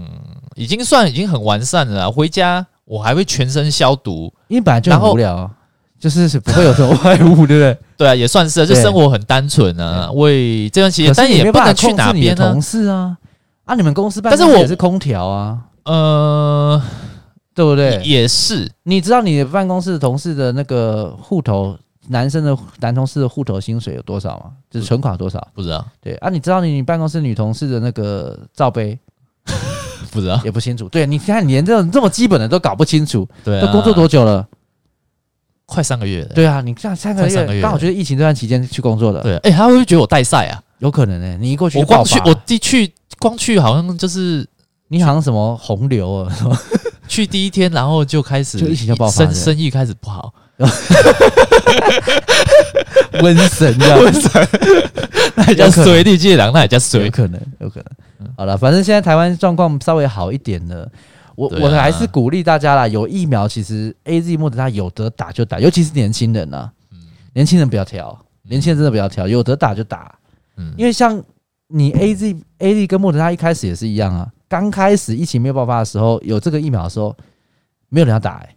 已经算已经很完善了啊。回家我还会全身消毒，因为本来就然很后无聊啊、就是是不会有这种 外物，对不对？对啊，也算是啊，就对生活很单纯啊。为这段期间，可但是你也没不办能法去控哪制你的边呢同？事啊，啊，你们公司办但是公室我也是空调啊，呃，对不对？也是，你知道你的办公室同事的那个户头，男生的男同事的户头薪水有多少吗？就是存款有多少？不知道，对啊，你知道你办公室女同事的那个罩杯不知道，也不清楚。对，你看你连这种这么基本的都搞不清楚，对都啊，工作多久了？快三个月了。对啊，你这样三个快三个月月，刚好就是疫情这段期间去工作的，对，哎，他会不会觉得我带赛啊？有可能呢、你一过去我就爆光去发我第去光去好像就是你好像什么洪流啊， 什么去第一天，然后就开始就一起就爆发生了生意开始不 好， 瘟神这样， 那也叫有可能随地借粮，那也叫随有可能，有可嗯能。好了，反正现在台湾状况稍微好一点了。我、对啊我还是鼓励大家啦，有疫苗其实 A Z 莫德纳有得打就打，尤其是年轻人啊，嗯年轻人不要挑，年轻人真的不要挑，有得打就打，嗯因为像你 A Z A Z 跟莫德纳一开始也是一样啊，刚开始疫情没有爆发的时候，有这个疫苗的时候，没有人要打、欸，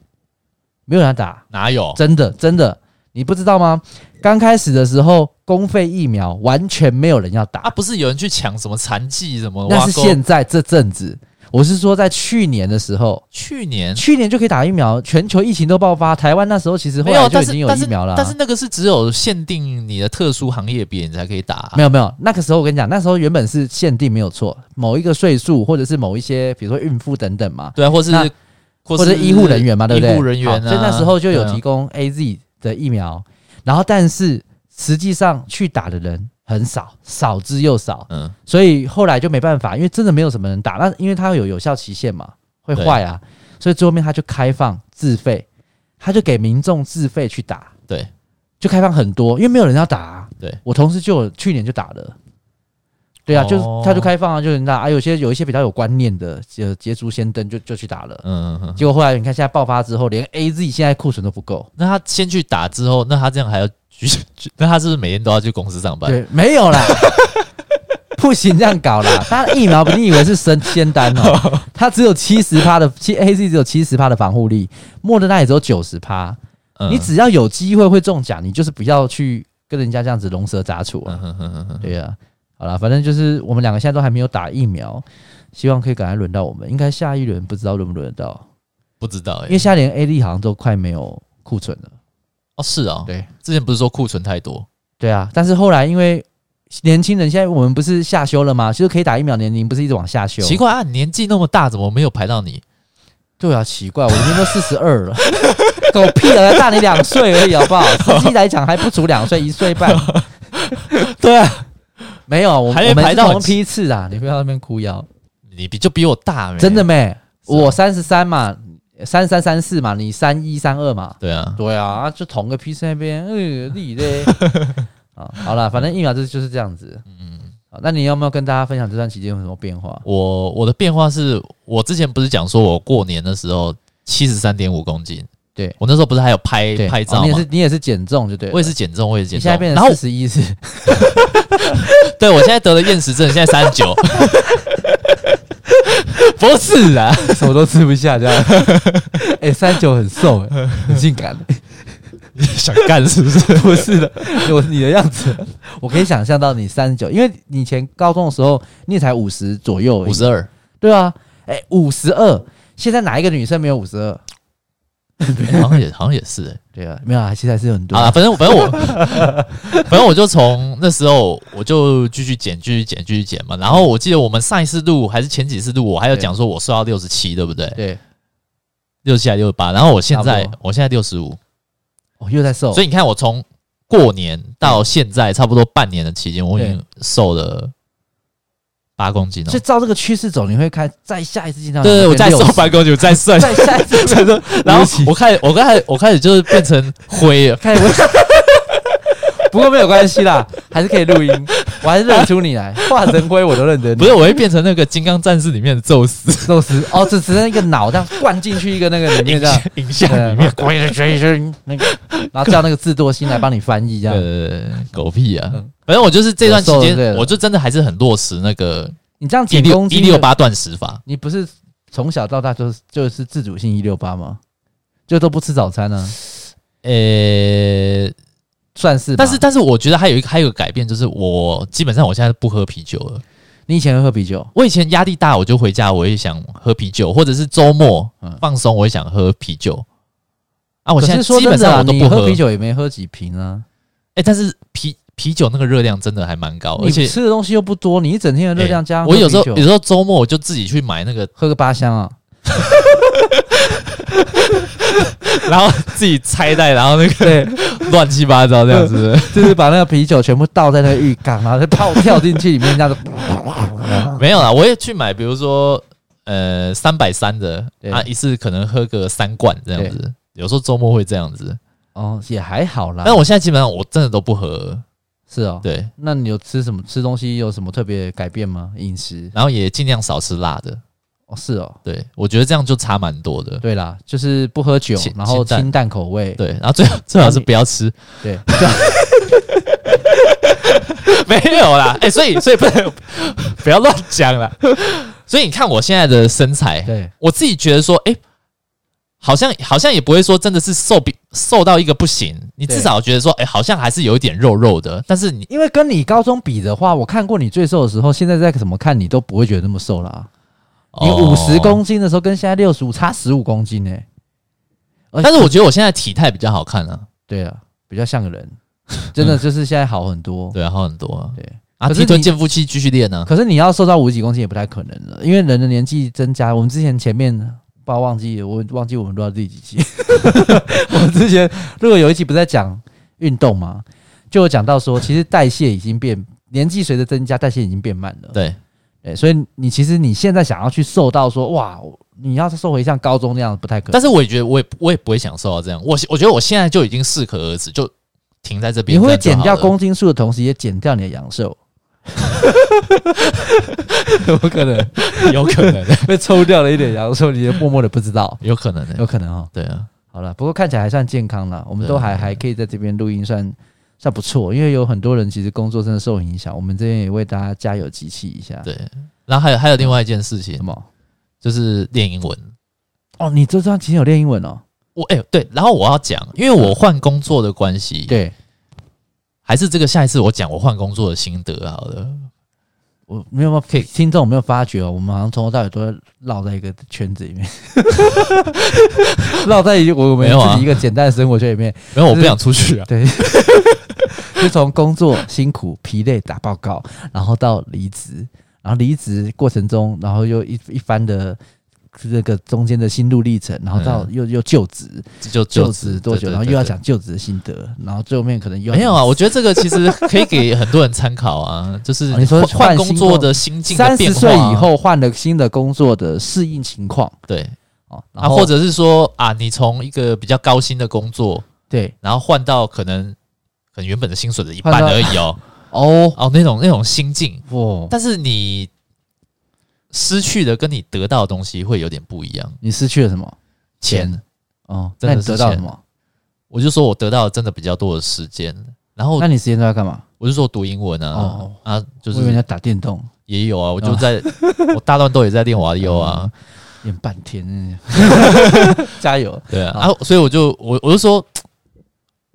没有人要打，哪有？真的真的，你不知道吗？刚开始的时候，公费疫苗完全没有人要打啊，不是有人去抢什么残疾什么挖沟？那是现在这阵子，我是说在去年的时候，去年去年就可以打疫苗，全球疫情都爆发，台湾那时候其实后没来有，就但已经是有但疫是苗了、啊但是那个是只有限定你的特殊行业别人才可以打啊、没有没有，那个时候我跟你讲，那时候原本是限定没有错，某一个岁数或者是某一些，比如说孕妇等等嘛，对啊，或是那或或者医护人员嘛，对不对？医护人员、好啊，所以那时候就有对啊提供 A Z 的疫苗，然后但是实际上去打的人很少，少之又少，嗯所以后来就没办法，因为真的没有什么人打，那因为它有有效期限嘛，会坏啊，所以最后面他就开放自费，他就给民众自费去打，对，就开放很多，因为没有人要打、啊。对，我同事就有去年就打了。对啊，就是哦他就开放啊，就人打啊，有些有一些比较有观念的，就捷足先登就就去打了。嗯嗯嗯。结果后来你看，现在爆发之后，连 A Z 现在库存都不够。那他先去打之后，那他这样还要去？去那他是不是每天都要去公司上班？对，没 有啦，不行这样搞啦。他疫苗不，你以为是神仙丹 哦？它只有七十趴的，七 A Z 只有七十趴的防护力，莫德纳也只有九十趴。嗯，你只要有机会会中奖，你就是不要去跟人家这样子龙蛇杂处啊。嗯哼哼哼哼对呀、好了，反正就是我们两个现在都还没有打疫苗，希望可以赶快轮到我们。应该下一轮不知道轮不轮得到，不知道哎、因为下一轮 A D 好像都快没有库存了。哦是哦，对之前不是说库存太多？对啊，但是后来因为年轻人现在我们不是下修了吗？就是可以打疫苗年龄不是一直往下修？奇怪啊，你年纪那么大，怎么没有排到你？对啊，奇怪，我今天都四十二了， 狗屁啊，大你两岁而已，好不好？实际来讲还不足两岁，一岁 半。对啊，没有，我还没我们排是到同批次啊，你不要在那边哭腰。你比就比我大、欸，真的没，是啊我三十三嘛，三三三四嘛，你三一三二嘛，对啊，对啊啊，就同个 P C 那边，呃，你 嘞，啊，好了，反正疫苗就是就是这样子，嗯，那你要不要跟大家分享这段期间有什么变化？我我的变化是我之前不是讲说我过年的时候七十三点五公斤，对我那时候不是还有拍对，拍哦照你也吗？是你也是减重就对了，我也是减重，我也是减你重现在，变然后成四十一是，对我现在得了厌食症，现在三十 九， 不是啊， 什么都吃不下这样， 哎，三九很瘦，哎，很性感，你想干是不是？不是的，我你的样子，我可以想象到你三十九，因为你以前高中的时候你也才五十左右而已，五十二，对啊，哎、五十二，现在哪一个女生没有五十二？好像也好像也是、欸，对啊，没有啊，现在是很多啊，反正反正我，反正我就从那时候我就继续减，继续减，继续减嘛。然后我记得我们上一次录还是前几次录，我还有对讲说我瘦到六十七，对不对？对，六七还六十八。然后我现在差不我现在六十五，哦，又在瘦，所以你看我从过年到现在差不多半年的期间，我已对经瘦了八公斤了所以。照这个趋势走，你会看再下一次见到你对，会我再变瘦60八公斤，我再算，再下一次 再瘦。然后我开始，我开始，我开始就是变成灰了。看我。 不过没有关系啦，还是可以录音，我还是认出你来，化成灰我都认得你。不是，我会变成那个《金刚战士》里面的宙斯，宙斯哦，只只剩一个脑这样灌进去一个那个里面影这 像，样 影像里面。鬼的追追那个，然后叫那个智多星来帮你翻译这样。呃，狗屁啊嗯！反正我就是这段期我瘦了对间，了我就真的还是很落实那个你这样一减六公一斤六的八断食法。你不是从小到大就是就是自主性一六八吗？就都不吃早餐呢、啊呃，算是吧。但是但是我觉得还有一个还有一个改变，就是我基本上我现在不喝啤酒了。你以前会喝啤酒，啊我以前压力大，我就回家，我也想喝啤酒，或者是周末嗯放松，我也想喝啤酒。啊，我可现在是说基真本的上啊，我都你不喝喝啤。酒也没喝几瓶啊，哎，但是啤啤酒那个热量真的还蛮高，而你且吃的东西又不多，你一整天的热量加上我喝有时候啤酒有时候周末我就自己去买那个，喝个八箱啊，然后自己拆袋，然后那个对，乱七八糟这样子。 就是把那个啤酒全部倒在那个浴缸，然后再泡跳进去里面，这样子。没有啦，我也去买，比如说呃三百三的对啊，一次可能喝个三罐这样子。有时候周末会这样子， 哦，也还好啦。但我现在基本上我真的都不喝，是哦，对，那你有吃什么吃东西有什么特别改变吗？饮食然后也尽量少吃辣的，哦，是哦，对我觉得这样就差蛮多的，对啦，就是不喝酒清，然后清淡清淡口味，对，然后最好最好是不要吃， 对，没有啦，哎、所以所以不能不要乱讲啦，所以你看我现在的身材，对，我自己觉得说，哎、好像好像也不会说真的是瘦比瘦到一个不行，你对至少觉得说，哎、好像还是有一点肉肉的，但是你因为跟你高中比的话，我看过你最瘦的时候，现在再怎么看你都不会觉得那么瘦啊啦、你哦五十公斤的时候跟现在六十五差十五公斤欸呢、而且但是我觉得我现在体态比较好看啊，对啊，比较像 个人，真的就是现在好很多。对啊，好很多啊，对啊，可是提臀你健腹肌继续练呢、啊，可是你要瘦到五十几公斤也不太可能了，因为人的年纪增加。我们之前前面不知道忘记，我忘记我们录到第几 集。我们之前如果有一集不是在讲运动嘛，就有讲到说，其实代谢已经变，年纪随着增加，代谢已经变慢了。欸对，对，所以你其实你现在想要去瘦到说哇，你要是说回像高中那样不太可能。但是我也觉得我也我也不会享受到这样，我我觉得我现在就已经适可而止，就停在这边。你会这样减就掉好了公斤数的同时，也减掉你的阳寿， 有可能 有可能，被抽掉了一点阳寿，你也默默的不知道，有可能的、有可能哦。对啊，好了，不过看起来还算健康了，我们对都还还可以在这边录音算，算不错，因为有很多人其实工作真的受影响，我们这边也为大家加油集气一下。对然后还有还有另外一件事情什，么？就是练英文。哦，你这张其实有练英文哦。我哎、对，然后我要讲，因为我换工作的关系，，对，还是这个下一次我讲我换工作的心得好了。我没有可以听众有没有发觉哦？我们好像从头到尾都在绕在一个圈子里面，绕在一我们没有啊自己一个简单的生活圈里面。没有，我不想出去啊。对，就从工作辛苦、疲累打报告，然后到离职，然后离职过程中，然后又一一番的这个中间的心路历程，然后到嗯又又就职，就 就就职多久，然后又要。讲就职的心得，然后最后面可能又对对要对没有啊，我觉得这个其实可以给很多人参考啊， 就是哦你说换换换工新作工的心境的三变十化岁啊、以后换了新的工作的适应情况对哦，啊，然后或者是说啊，你从一个比较高薪的工作，对然后换到可能可能原本的薪水的一换半到而已哦，哦哦那种那种心境，哇，但是你失去的跟你得到的东西会有点不一样。你失去了什么？钱，哦，真那的你是得到钱什么？我就说我得到的真的比较多的时间，然后那你时间都在干嘛？我就说我读英文啊、哦啊，就我以为你哦是在打电动，也有啊，我就 在、我大乱斗也在练瓦力欧哦啊，练半天， 加油！对啊，啊，所以我就我我就说，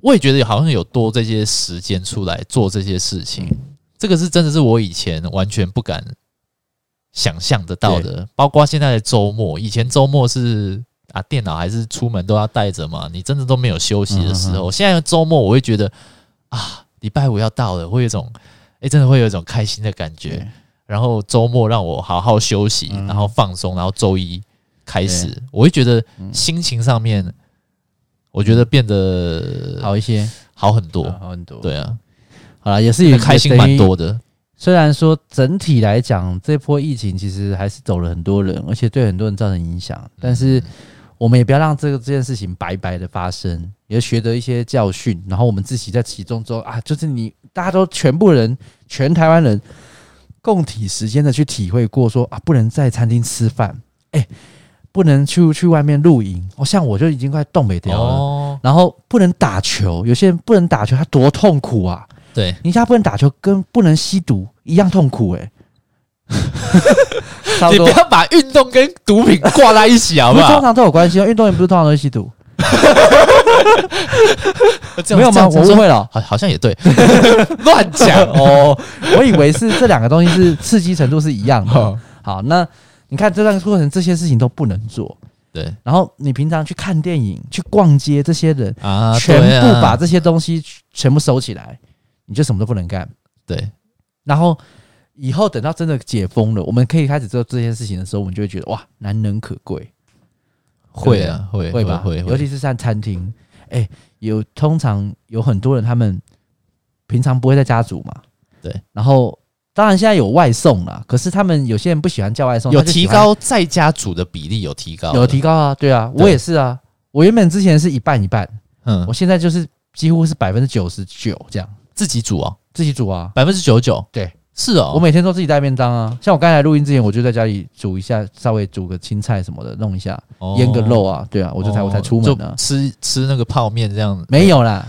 我也觉得好像有多这些时间出来做这些事情，嗯这个是真的是我以前完全不敢想象得到的，包括现在的周末，以前周末是。啊，电脑还是出门都要带着嘛，你真的都没有休息的时嗯候。现在周末我会觉得啊，礼拜五要到了，会有一种，哎、真的会有一种开心的感觉对。然后周末让我好好休息，嗯然后放松，然后周一开始对，嗯我会觉得心情上面，我觉得变得好一些，好很多。好很多。，对啊，好了，也是也也开心蛮。也等于多的。虽然说整体来讲，这波疫情其实还是走了很多人，而且对很多人造成影响，但是我们也不要让这个这件事情白白的发生，也学得一些教训，然后我们自己在其中之后啊，就是你大家都全部人，全台湾人共体时间的去体会过说啊，不能在餐厅吃饭，哎、不能去去外面露营，哦，像我就已经快冻没掉了。哦，然后不能打球，有些人不能打球，他多痛苦啊！对，人家不能打球跟不能吸毒一样痛苦 哎、差不你多不，要把运动跟毒品挂在一起，好不不是通好？常都有关系哦。运动员不是通常都会吸毒，这样没有吗？这我样误会了好，好像也 对，乱讲哦，我以为是这两个东西是刺激程度是一样 的。哦。好，那你看这段过程，这些事情都不能做。对然后你平常去看电影、去逛街，这些人、啊，全对啊部把这些东西全部收起来，你就什么都不能干。对然后以后等到真的解封了，我们可以开始做这件事情的时候，我们就会觉得哇，难能可贵，会啊，会会吧？会尤会其是像餐厅，哎、有通常有很多人他们平常不会在家煮嘛，对，然后。当然，现在有外送啦，可是他们有些人不喜欢叫外送，有他就喜提欢，高在家煮的比例，有提高，有提，高啊，对啊，对我也是啊，我原本之前是一半一半，嗯我，现在就是几乎是百分之九十九这样自己煮哦，自己煮啊，百分之九十九，对，是哦，我每天都自己带便当啊，像我刚才录音之前，我就在家里煮一下，稍微煮个青菜什么的，弄一下，哦腌个肉啊，对啊，我就才、哦我才出门呢、就吃吃那个泡面这样，没有啦。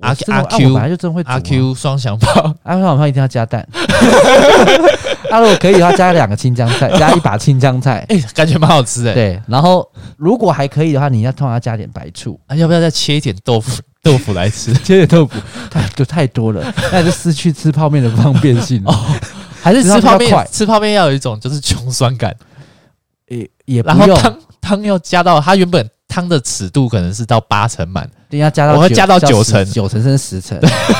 阿我真的阿啊 Q 我本来就真会煮、啊。啊阿 Q 双响炮，阿 Q 好像一定要加蛋。 啊，如果可以的话，加两个青江 菜，加一把青江菜。哎、 感觉蛮好吃哎、对，然后如果还可以的话，你要通常要加点白醋，啊，要不要再切一点豆腐 豆腐来 吃？切点豆腐，太就太多了，那就失去吃泡面的方便性哦。还是吃泡面快，吃泡面要有一种就是穷酸感，也也不然后用，汤汤要加到它原本汤的尺度可能是到八成满，定要加到我会九加到九十成九成甚至十成，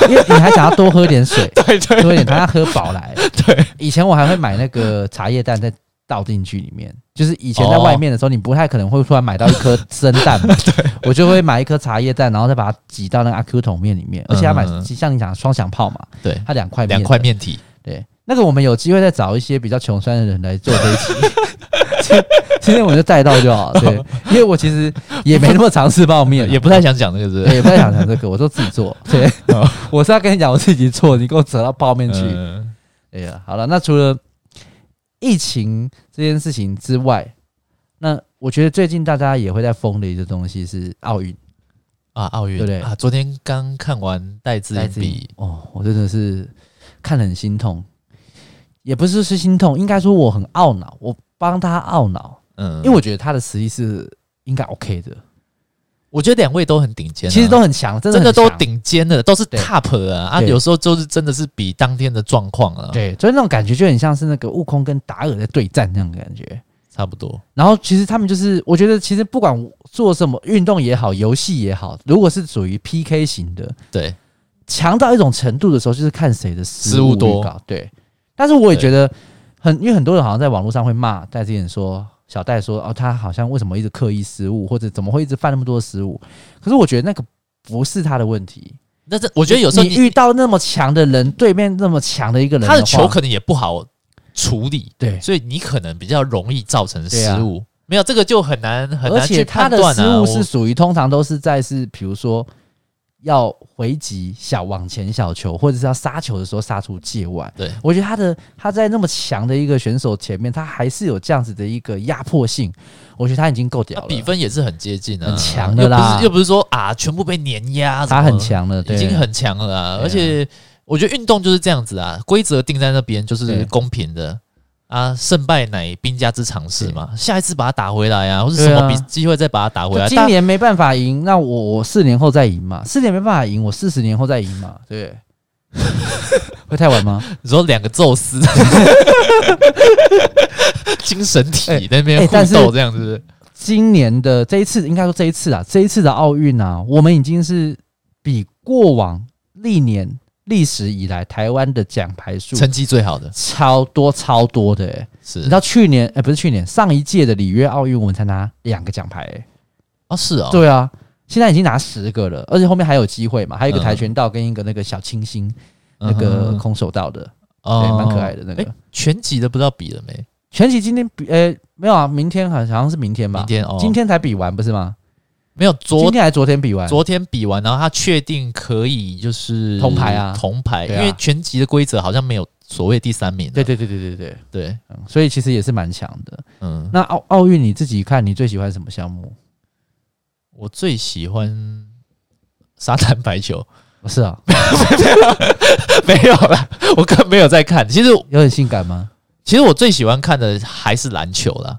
因为你还想要多喝点水，对对多喝点糖，要喝饱来。 对，以前我还会买那个茶叶蛋再倒进去里面，就是以前在外面的时候，你不太可能会突然买到一颗生蛋 嘛，我就会买一颗茶叶蛋，然后再把它挤到那个阿 Q 桶面里面，而且要买嗯嗯像你讲的双响炮嘛，对，它两块面的两块，面体， 对，那个我们有机会再找一些比较穷酸的人来做这一期。今今天我就带到就好。对，因为我其实也没那么常吃泡面啊，也不太想讲这个，是哎不对是？也不太想讲这个，我都自己做。 对 好，我是要跟你讲我自己做，你给我扯到泡面去。嗯哎呀，好了，那除了疫情这件事情之外，那我觉得最近大家也会在疯的一个东西是奥运。啊，奥运对不对啊，昨天刚看完戴资来颖自于比，哦，我真的是看得很心痛，也不是是心痛，应该说我很懊恼，我帮他懊恼，嗯，因为我觉得他的实力是应该 OK 的，我觉得两位都很顶尖啊，其实都很强，真的真的很都强。顶尖的，都是对 top 的啊，啊对有时候就是真的是比当天的状况啊，，对，所以那种感觉就很像是那个悟空跟达尔在对战那种感觉。差不多，然后其实他们就是，我觉得其实不管做什么运动也好，游戏也好，如果是属于 PK 型的，对，强到一种程度的时候，就是看谁的失误失误多率高。对，但是我也觉得很，因为很多人好像在网络上会骂戴志颖说小戴说哦，他好像为什么一直刻意失误，或者怎么会一直犯那么多失误？可是我觉得那个不是他的问题。但是我觉得有时候你遇到那么强的人，对面那么强的一个人他的话球可能也不好处理，对，所以你可能比较容易造成对失啊误。没有这个就很难很而难且去他判的断失啊。误我是属于通常都是在是比如说要回击小往前小球，或者是要杀球的时候杀出界外。对我觉得他的他在那么强的一个选手前面，他还是有这样子的一个压迫性，我觉得他已经够屌那了，比分也是很接近啊，很强的啦又不是又不是说啊全部被碾压，啊什他么很，强了，对已经很强了啊。对啊而且我觉得运动就是这样子啊，规则定在那边就对是公平的啊，胜败乃兵家之常事嘛。下一次把它打回来啊，或者什么对啊比机会再把它打回就来。今年没办法赢，那我我四年后再赢嘛，四年没办法赢，我四十年后再赢嘛，对，会太晚吗？但你说两个宙斯。 精神哎体在那边哎互但是斗这样子，今年的这一次，应该说这一次啊，这一次的奥运啊，我们已经是比过往历年历史以来台湾的奖牌数成绩最好的超多超多的、欸。是你知道去年哎、不是去年，上一届的里约奥运我们才拿两个奖牌、欸。哦，是哦，对啊，现在已经拿十个了，而且后面还有机会嘛，还有一个嗯跆拳道跟一个那个小清新、嗯那哼个空手道的，对，哦蛮可爱的那个诶。全集的不知道比了没？全集今天比呃、没有啊，明天好像好像是明天吧，明天哦，今天才比完不是吗？没有今昨天还昨天比完，昨天比完，然后他确定可以就是铜牌啊铜牌，对因啊为全集的规则好像没有所谓第三名的。对对对对对对。对，嗯所以其实也是蛮强的。嗯，那奥奥运你自己看，你最喜欢什么项目？我最喜欢沙滩排球，哦是啊，没有啦，我根本没有在看。其实 有很性感吗？其实我最喜欢看的还是篮球啦，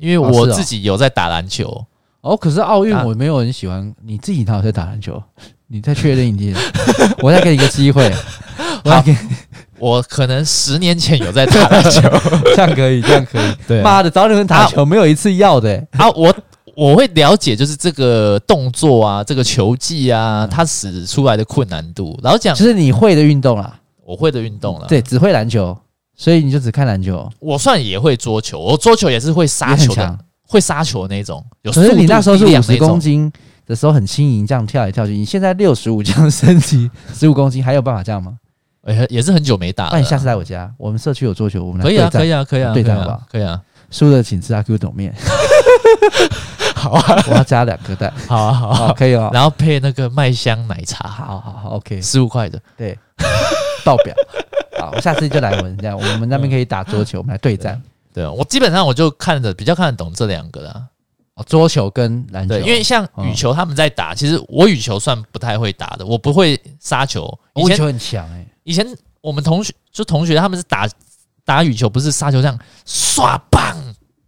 因为哦我是哦自己有在打篮球。哦，可是奥运啊我没有很喜欢。你自己哪有在打篮球？你 再确认一点，我再给你一个机 会。我再给我可能十年前有在打篮球，这样可以，这样可以。对妈的，找你们打球没有一次要的、欸啊，我我会了解，就是这个动作啊，这个球技啊，它使出来的困难度。老实讲就是你会的运动啦。我会的运动了，，对，只会篮球，所以你就只看篮球，我算也会桌球，我桌球也是会杀也很球的强，。会杀球的那种。有可是你那时候是五十公斤，斤的时候很轻盈，这样跳来跳去。你现在六十五这样升级十五公斤，还有办法这样吗？哎也是很久没打了。那你下次来我家，我们社区有桌球，我们来可以啊，可以。以啊，可以啊，对可以战吧啊，可以啊，输了请吃阿 Q 冷 面，好啊，我要加两颗蛋。好啊，好啊。好，可以 哦。然后配那个麦香奶茶，好好好，OK，十五块的，对，爆表。 好，下次就来我们家，我们那边可以打桌球，我们来对战。对啊我基本上我就看得比较看得懂这两个啦。哦，桌球跟篮球，对，因为像羽球他们在打，其实我羽球算不太会打的，我不会杀球。以我羽前球很强哎，以前我们同学就同学他们是打打羽球，不是杀球这样刷棒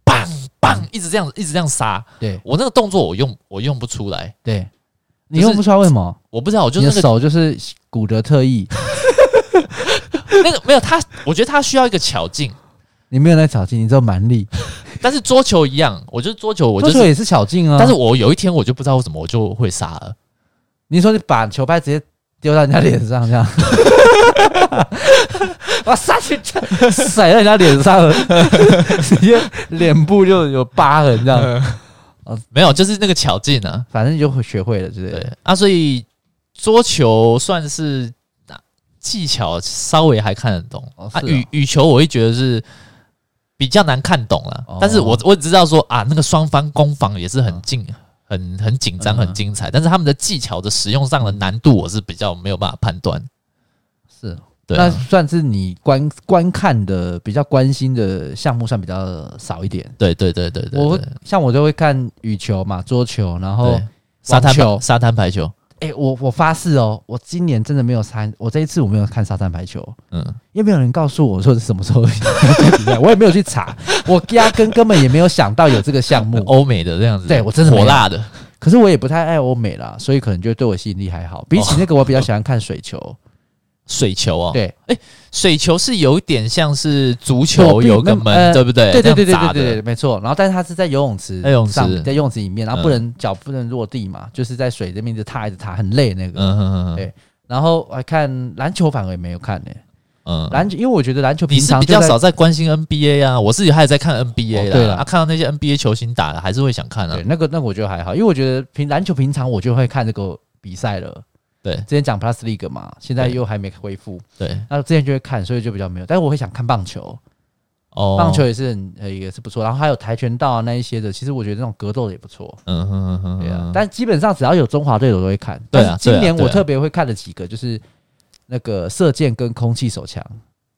棒棒，一直这样一直这样杀。对我那个动作我用我用不出来，对，你用不出来为什么？我不知道，我就你的是那个手就是古德特意，那个没有他，我觉得他需要一个巧劲。你没有在巧劲，你只有蛮力。但是桌球一样，我就是桌球，我就桌球是，也是巧劲啊，但是我有一天我就不知道为什么我就会杀了。你说你把球拍直接丢到人家脸上这样， 我杀去甩到人家脸上了，直接脸部就有疤痕这样，嗯没有，就是那个巧劲啊。反正你就会学会了，对不对？对啊，所以桌球算是啊技巧稍微还看得懂哦是啊啊，羽羽球我会觉得是比较难看懂了。哦但是我我只知道说啊，那个双方攻防也是很近、很很紧张、嗯很精彩。但是他们的技巧的使用上的难度，我是比较没有办法判断。是哦对啊、那算是你观观看的比较关心的项目，算比较少一点。对对对对对我对像我就会看羽球嘛，桌球，然后对沙滩球排沙滩排球，哎、我我发誓哦，我今年真的没有参，我这一次我没有看沙滩排球，嗯，也没有人告诉我说是什么时候 比赛，我也没有去查，我压根根本也没有想到有这个 项目。欧美的这样子，对我真的没火有辣的可是我也不太爱欧美啦，所以可能就对我吸引力还好。比起那个，我比较喜欢看水球。哦水球哦，对水球是有一点像是足躲球避有个那门，呃对不对？对对对这对样对砸的对，对没错。然后，但是它是在游泳池在游泳池上在游泳池里面，然嗯后不能脚不能落地嘛，就是在水这边一直踏一直踏，很累那个。嗯嗯嗯嗯对然后我还看篮球，反而也没有看呢、嗯，篮球，因为我觉得篮球你平是常比就较在少在关心 NBA 啊，我自己还有在看 NBA 啦。哦对啦啊，看到那些 NBA 球星打的，还是会想看啊对，。那个那个我觉得还好，因为我觉得平篮球平常我就会看这个比赛了。对之前讲 Plus League 嘛，现在对又还没恢复，对，那之前就会看，所以就比较没有。但是我会想看棒球，哦，棒球，也是很呃也是不错，然后还有跆拳道啊那一些的，其实我觉得那种格斗的也不错。嗯哼哼对啊哼，，但基本上只要有中华队的我都会看。对啊但是今对啊年对我啊特别会看的几个就是那个射箭跟空气手枪，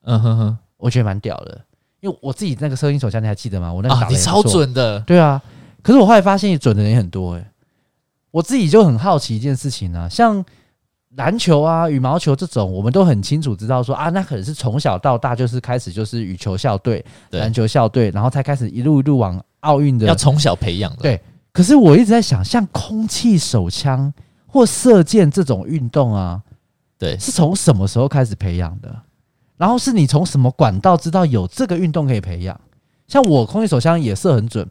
嗯哼哼，我觉得蛮屌的。因为我自己那个射箭手枪你还记得吗？我那个啊打，得你也不超错，准的，对啊，可是我后来发现准的人也很多哎、我自己就很好奇一件事情啊，像篮球啊、羽毛球这种，我们都很清楚知道说啊，那可能是从小到大就是开始就是羽球校队、对篮球校队，然后才开始一路一路往奥运要的。从小培养的。对可是我一直在想，像空气手枪或射箭这种运动啊，对，是从什么时候开始培养的？然后是你从什么管道知道有这个运动可以培养？像我空气手枪也射很准，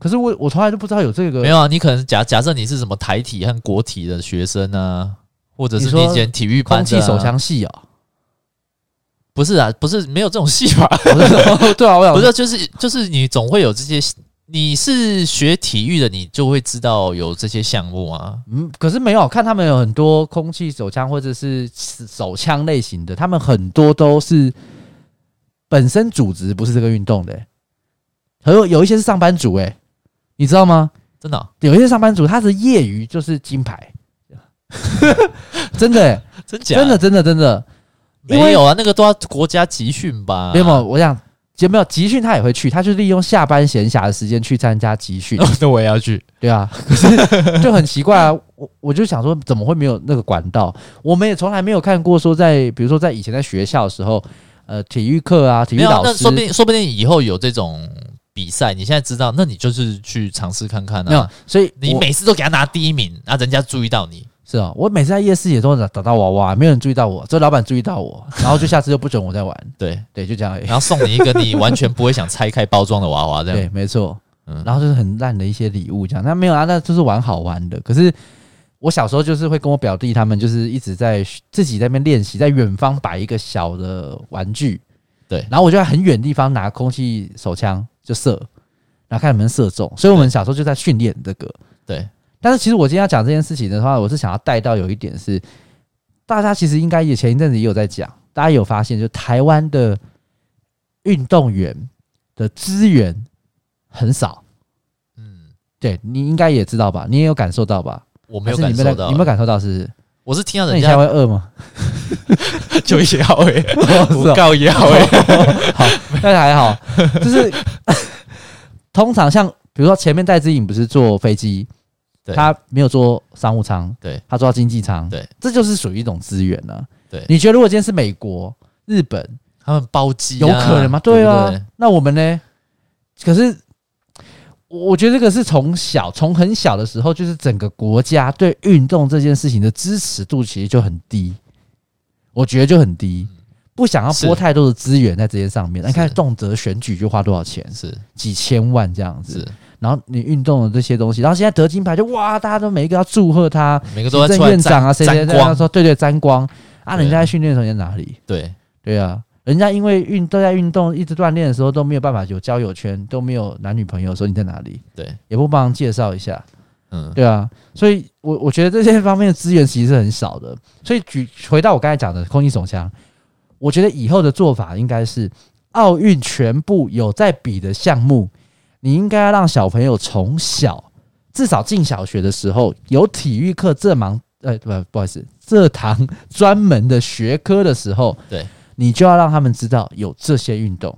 可是我我从来都不知道有这个。没有啊，你可能假假设你是什么台体和国体的学生啊，或者是你你说以前体育班空的气啊手，枪系哦，不是啊，不是没有这种戏法，我就说 对啊，我想不是，就是就是你总会有这些。你是学体育的，你就会知道有这些项目啊。嗯，可是没有看他们有很多空气手枪或者是手枪类型的，他们很多都是本身组织不是这个运动的、欸，还有有一些是上班族哎、你知道吗？真的哦、有一些上班族他是业余就是金牌， 真的、欸，真假真的真的真的，因为没有啊，那个都要国家集训吧？没有，我想有没有集训他也会去，他就利用下班闲暇的时间去参加 集训，那我也要去。对啊，可是就很奇怪啊，我我就想说，怎么会没有那个管道？我们也从来没有看过说在，比如说在以前在学校的时候，呃，体育课啊，体育没有啊，老那师说不定说不定以后有这种比赛，你现在知道，那你就是去尝试看看啊。没有，所以你我每次都给他拿第一名，啊那、人家注意到你，是啊，我每次在夜市也都打打到娃娃，没有人注意到我，只有老板注意到我，然后就下次就不准我再玩，对，对，就这样而已。然后送你一个你完全不会想拆开包装的娃娃，这对样，，没错，嗯然后就是很烂的一些礼物这样，那没有啊，那就是玩好玩的。可是我小时候就是会跟我表弟他们，就是一直在自己在那边练习，在远方摆一个小的玩具，对然后我就在很远地方拿空气手枪就射，然后看能不能射中。所以我们小时候就在训练这个。对，但是其实我今天要讲这件事情的话，我是想要带到有一点是，大家其实应该也前一阵子也有在讲，大家有发现，就台湾的运动员的资源很少。嗯，对你应该也知道吧？你也有感受到吧？我没有还是感你没受有到啊，你没有感受到是不是？我是听到那人你现在家会 饿吗？就一 些好诶，是我啊告欸也好诶， 好，那还好，就是 通常像比如说前面戴之颖不是坐飞机，对他没有坐商务舱，对，他坐到经济舱，对，这就是属于一种资源了、对你觉得如果今天是美国、日本，他们包机、啊、有可能吗？对对不啊，那我们呢？可是我我觉得这个是从小从很小的时候，就是整个国家对运动这件事情的支持度其实就很低，我觉得就很低，不想要拨嗯是太多的资源在这些上面。那你看，是动辄选举就花多少钱，是几千万这样子是。，然后你运动的这些东西，然后现在得金牌就哇，大家都每一个要祝贺他，每个都在行政出来院长啊，沾谁谁沾谁他光，说对对沾光啊，对人家在训练的时候你在哪里？对，对啊，人家因为运都在运动，一直锻炼的时候都没有办法有交友圈，都没有男女朋友的时候，你在哪里？对，也不帮忙介绍一下，嗯，对啊，所以我我觉得这些方面的资源其实是很少的。所以举回到我刚才讲的空气手枪，我觉得以后的做法应该是奥运全部有在比的项目，你应该让小朋友从小至少进小学的时候有体育课这忙呃不不好意思这堂专门的学科的时候，对你就要让他们知道有这些运动。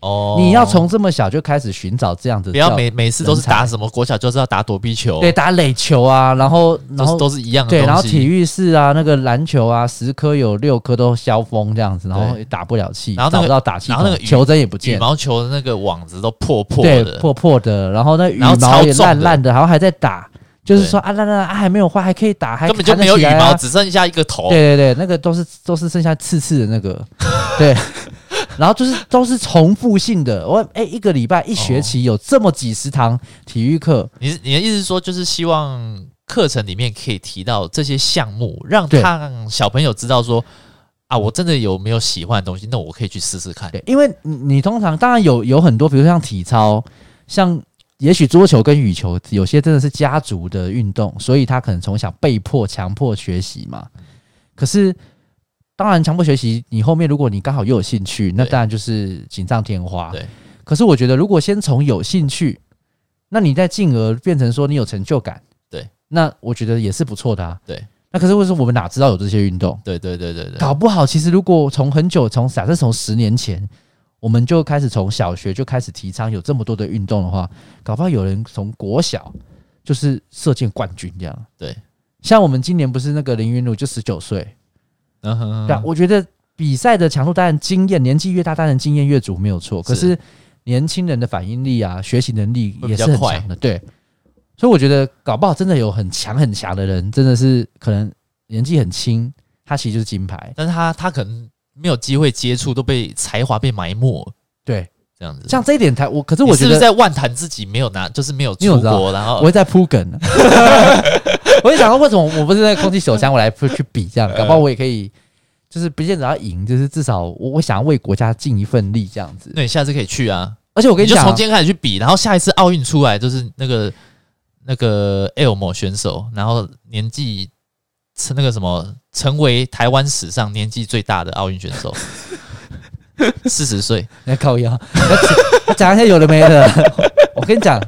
哦，你要从这么小就开始寻找这样的不要教每每次都是人才打什么国小就是要打躲避球，对打垒球啊，然后都然是后都是一样的对，然后啊东西体育室啊，那个篮球啊，十颗有六颗都消风这样子，然后对也打不了气，然后那找个不到打气筒，然后那个羽球针也不羽见，毛球的那个网子都破破对的，破破的，然后那羽然后毛也超重烂的烂的，然后还在打，就是说啊烂烂啊还没有坏，还可以打，还根本就弹得没有起羽来毛，啊只剩下一个头。对对对，那个都是都是剩下刺刺的那个， 对，然后就是都是重复性的。我哎、一个礼拜一学期有这么几十堂体育课，你是你的意思是说，就是希望课程里面可以提到这些项目，让对他让小朋友知道说啊，我真的有没有喜欢的东西，那我可以去试试看。对，因为你你通常当然有有很多，比如说像体操，像也许桌球跟羽球，有些真的是家族的运动，所以他可能从小被迫强迫学习嘛。可是当然强迫学习，你后面如果你刚好又有兴趣，那对当然就是锦上添花。对，可是我觉得如果先从有兴趣，那你再进而变成说你有成就感，对，那我觉得也是不错的啊。对，那可是为什么我们哪知道有这些运动？对对对对对搞不好，其实如果从很久，从假设从十年前，我们就开始从小学就开始提倡有这么多的运动的话，搞不好有人从国小就是射箭冠军这样。对，像我们今年不是那个林云儒就十九岁，嗯哼对、啊，我觉得比赛的强度当然经验，年纪越大，当然经验越足没有错。可是是年轻人的反应力啊，学习能力会比也是较很快强的，对。所以我觉得搞不好真的有很强很强的人，真的是可能年纪很轻，他其实就是金牌。但是他他可能没有机会接触，都被才华被埋没对，这样子。像这一点才我，可是你我是觉不得是在万谈自己没有拿，就是没有你有出知道国，然后我会在铺梗 呢，我就想说为什么我不是那个空气手枪，我来去去比这样，搞不嗯好我也可以，就是不见得要赢，就是至少我我想要为国家尽一份力这样子。那你下次可以去啊。而且我我跟你讲就啊，从今天开始去比，然后下一次奥运出来就是那个那个 Elmo 选手，然后年纪成那个什么，成为台湾史上年纪最大的奥运选 手，四十岁。你在哎靠腰，我讲一下有的没的。我跟你讲，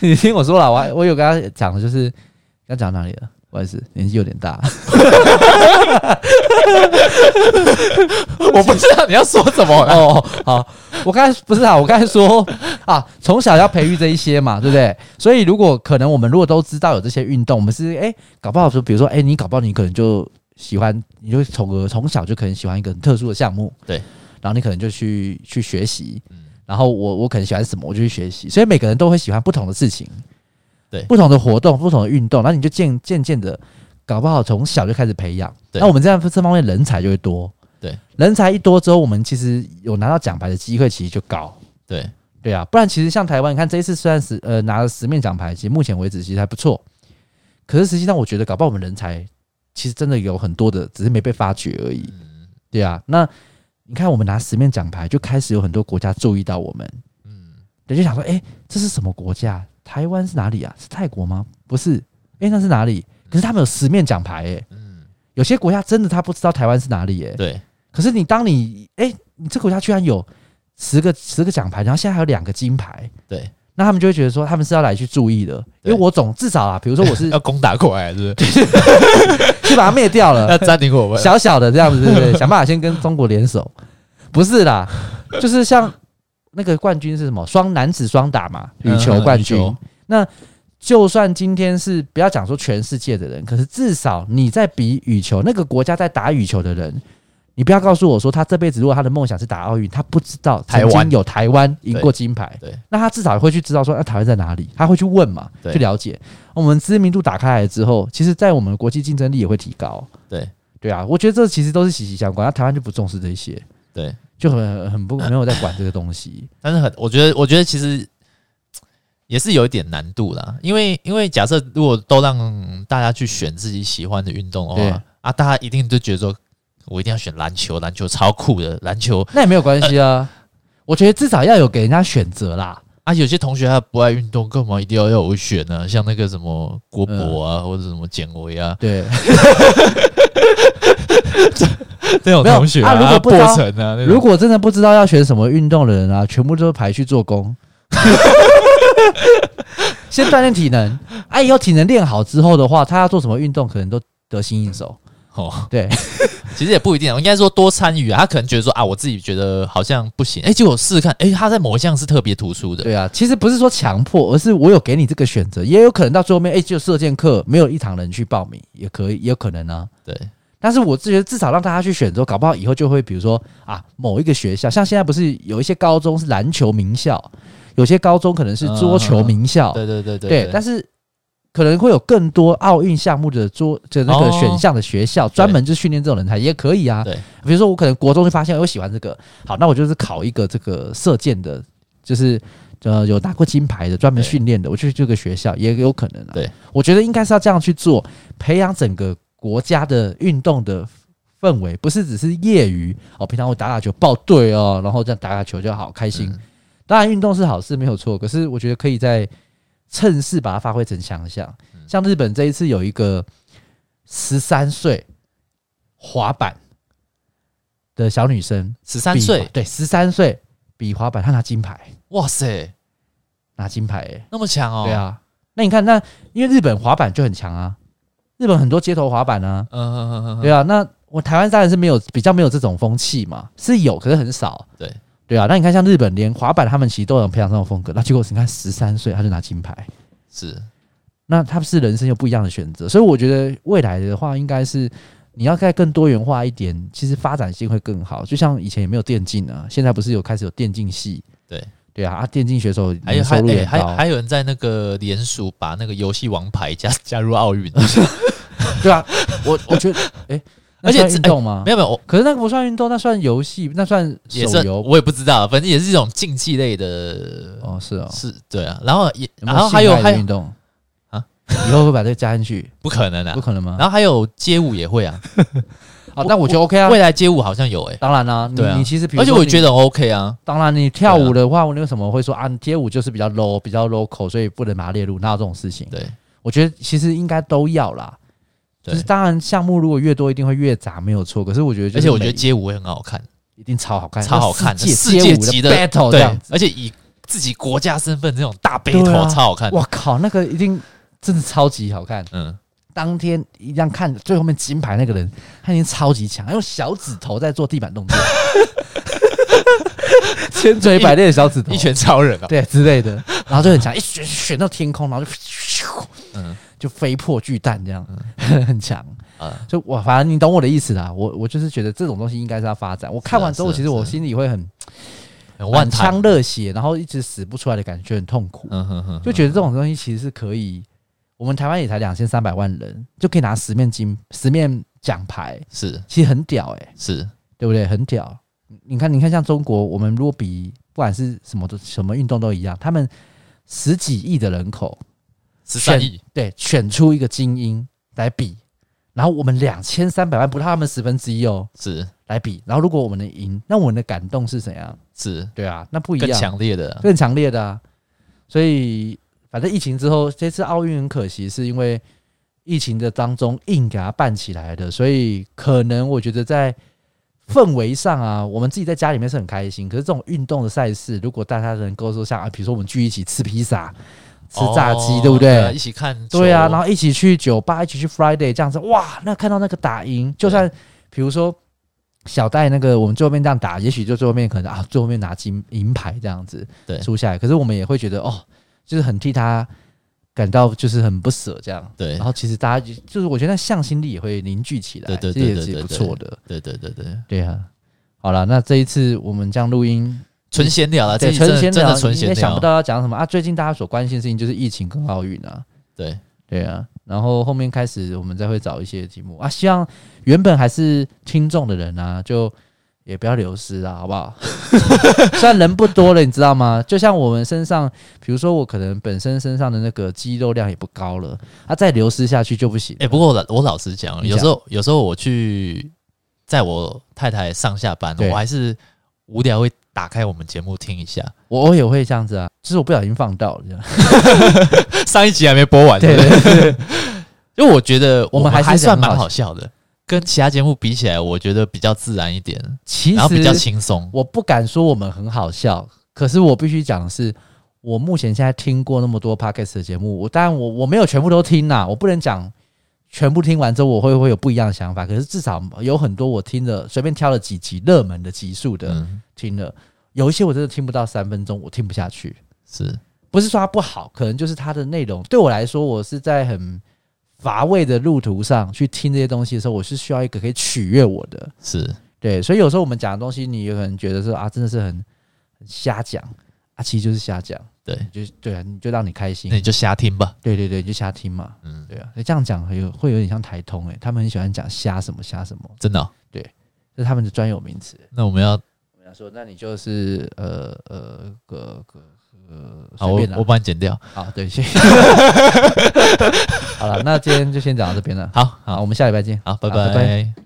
你听我说了，我还我有跟他讲的，就是要讲到哪里了？不好意思，年纪有点大。我不知道你要说什么、哦，好，我刚才不是啊，我刚才说啊，从小要培育这一些嘛，对不对？所以如果可能，我们如果都知道有这些运动，我们是哎、搞不好说，比如说哎、你搞不好你可能就喜欢，你就从而从小就可能喜欢一个很特殊的项目，对，然后你可能就去去学习，嗯然后我我可能喜欢什么，我就去学习，所以每个人都会喜欢不同的事情，对不同的活动，不同的运动，那你就渐渐渐的，搞不好从小就开始培养，对那我们这样这方面人才就会多，对，人才一多之后，我们其实有拿到奖牌的机会其实就高，对，对啊，不然其实像台湾，你看这一次虽然是呃拿了十面奖牌，其实目前为止其实还不错，可是实际上我觉得搞不好我们人才其实真的有很多的，只是没被发掘而已。嗯对啊，那你看我们拿十面奖牌，就开始有很多国家注意到我们，嗯，人就想说，哎、这是什么国家？台湾是哪里啊？是泰国吗？不是，哎、那是哪里？可是他们有十面奖牌、哎，嗯有些国家真的他不知道台湾是哪里、哎，对，可是你当你，哎、你这国家居然有十个十个奖牌，然后现在还有两个金牌，对，那他们就会觉得说他们是要来去注意的，因对为我总至少啊，比如说 我是要攻打过来，是不是？去把它灭掉 了，要占领我们？小小的这样子，对 不对？想办法先跟中国联手，不是啦，就是像那个冠军是什么双男子双打嘛，羽球冠军。嗯羽球那就算今天是不要讲说全世界的人，可是至少你在比羽球，那个国家在打羽球的人，你不要告诉我说他这辈子如果他的梦想是打奥运，他不知道台曾湾经有台湾赢过金牌，对对那他至少会去知道说那、啊台湾在哪里，他会去问嘛，对去了解。我们知名度打开来之后，其实在我们的国际竞争力也会提高。对对啊，我觉得这其实都是息息相关。那台湾就不重视这一些，对，就很很不没有在管这个 东西。但是很，我觉得，我觉得其实也是有一点难度啦，因为因为假设如果都让大家去选自己喜欢的运动的对话，啊，大家一定就觉得说，我一定要选篮球，篮球超酷的，篮球那也没有关系啊，我觉得至少要有给人家选择啦。啊，有些同学他不爱运动，干嘛一定要要我选呢、像那个什么嗯 郭博啊，或者什么简维啊，对，这种没有同学啊如果不过知道程啊，那种如果真的不知道要选什么运动的人啊，全部都排去做工， 先锻炼体能。啊，以后体能练好之后的话，他要做什么运动，可能都得心应手。哦， 对，其实也不一定啊，应该说多参与啊。他可能觉得说啊，我自己觉得好像不行，哎、结果试试看，哎、他在某一项是特别突出的，对啊，其实不是说强迫，而是我有给你这个选择，也有可能到最后面，哎、就射箭课没有一场人去报名，也可以，也有可能啊。对，但是我自觉得至少让大家去选择，搞不好以后就会比如说啊，某一个学校，像现在不是有一些高中是篮球名校，有些高中可能是桌球名校，啊对对对对对，但是可能会有更多奥运项目的桌就那个哦选项的学校，专门就训练这种人才也可以啊。对，比如说我可能国中就发现哎我喜欢这个，好，那我就是考一个这个射箭的，就是。呃，有拿过金牌的，专门对训练的，我去这个学校也有可能啊。对，我觉得应该是要这样去做，培养整个国家的运动的氛围，不是只是业余哦。平常我打打球报队哦，然后这样打打球就好开心。嗯当然，运动是好事没有错，可是我觉得可以在趁势把它发挥成强项。嗯像日本这一次有一个十三岁滑板的小女生，十三比岁，对，十三岁比滑板，她拿金牌，哇塞，拿金牌、欸，那么强哦，对，啊。那你看，那因为日本滑板就很强啊，日本很多街头滑板啊，嗯嗯嗯嗯嗯，对啊。那我台湾当然是没有比较没有这种风气嘛，是有，可是很少。对对啊，那你看像日本连滑板他们其实都有培养这种风格，那结果你看十三岁他就拿金牌，是，那他是人生有不一样的选择，所以我觉得未来的话，应该是你要再更多元化一点，其实发展性会更好。就像以前也没有电竞啊，现在不是有开始有电竞系？对对啊，啊电竞选手还有年还收入哎也还高，还有人在那个联署把那个游戏王牌加加入奥 运，对啊，我我觉得哎，那而且算这运动吗没？有没有，我可是那个不算运动，那算游戏，那算也手是游我也不知道，反正也是一种竞技类的，哦，是哦。是对啊，然后也有没然后还有性爱的还有运动啊，以后会把这个加进去，不可能啊不，可能吗然？后还有街舞也 会啊，哦，那我觉得 OK 啊未。来街舞好像有哎、当然啦，你对啊你其实比如而且说我你觉得很 OK 啊，当然，你跳舞的话，我为什么会说啊，你街舞就是比较 low、比较 local，所以不能把它列入？哪有这种事情？对我觉得其实应该都要啦。对就是当然项目如果越多，一定会越杂，没有错。可是我觉得就是而且每，我觉得街舞会很好看，一定超好看，超好看，那世世界界街舞级的 battle 哦这对样，子。而且以自己国家身份这种大背头对啊超好看，我靠，那个一定真的超级好看。嗯，当天一样看最后面金牌那个人，他已经超级强，他用小指头在做地 板动作，千锤百炼的小指头，一拳超人啊，对之类的，然后就很强，一旋旋到天空，然后就咻，嗯就飞破巨蛋这样， 很强。啊，就我反正你懂我的意思啦，我我就是觉得这种东西应该是要发展。我看完之后，是啊其实我是啊心里会很很万满谈腔，热血，然后一直死不出来的感觉，很痛苦。嗯哼哼，就觉得这种东西其实是可以，我们台湾也才两千三百万人，就可以拿十面金十面奖牌，是其实很屌哎、是，对不对？很屌。你看，你看，像中国，我们如果比不管是什么都什么运动都一样，他们十几亿的人口，十三选亿，对，选出一个精英来比，然后我们两千三百万不到他们十分之一哦是来比，然后如果我们能赢，那我们的感动是怎样？是对啊，那不一更样，强烈的啊，更强烈的啊。所以反正疫情之后，这次奥运很可惜，是因为疫情的当中硬给它办起来的，所以可能我觉得在氛围上啊，我们自己在家里面是很开心，可是这种运动的赛事，如果大家能够说像啊，比如说我们聚一起吃披萨、吃炸鸡，哦对不啊对一？起看球，对啊，然后一起去酒吧，一起去 Friday 这样子，哇，那看到那个打赢，就算比如说小戴那个我们最后面这样打，也许就最后面可能啊，最后面拿金银牌这样子，对输下来，可是我们也会觉得哦，就是很替他感到就是很不舍这样。对然后其实大家就就是我觉得那向心力也会凝聚起来，对对这也对对是也对不对错的，对对对对，对啊。好了，那这一次我们这样录音，纯闲聊啊，这对，一集真纯的闲真聊，的纯你闲也想不聊，到要讲什么啊？最近大家所关心的事情就是疫情跟奥运啊，对对啊，然后后面开始我们再会找一些题目啊，希望原本还是听众的人啊，就也不要流失啊，好不好？ 虽然人不多了，你知道吗？就像我们身上，比如说我可能本身身上的那个肌肉量也不高了，啊，再流失下去就不行。哎、不过我老我老实讲，你有讲时候有时候我去在我太太上下班，对我还是无聊会打开我们节目听一下。 我我也会这样子啊，就是我不小心放到了这样。上一集还没播完，对啊对不对，因为我觉得我们们还是还算很好蛮好笑的。跟其他节目比起来，我觉得比较自然一点， 其然后比较实轻松。我不敢说我们很好笑，可是我必须讲的是，我目前现在听过那么多 podcast 的节目，我当然我我没有全部都听啦，我不能讲全部听完之后我会会有不一样的想法，可是至少有很多我听了随便挑了几集热门的集数的、嗯，听了，有一些我真的听不到三分钟，我听不下去。是不是说它不好，可能就是它的内容对我来说，我是在很乏味的路途上去听这些东西的时候，我是需要一个可以取悦我的。是，对，所以有时候我们讲的东西，你有可能觉得说啊，真的是很很瞎讲啊，其实就是瞎讲，对，就对啊，你就让你开心那，你就瞎听吧。对对对，你就瞎听嘛，嗯，对啊，这样讲很有会有点像台通诶、欸他们很喜欢讲瞎什么瞎什么，真的哦、这是他们的专有名词。那我们要我们要说，那你就是呃呃个个呃，好，随我便啦哦我帮你剪掉。好，对，谢谢。 好了，那今天就先讲到这边了。好好好，我们下礼拜见。好，拜好拜拜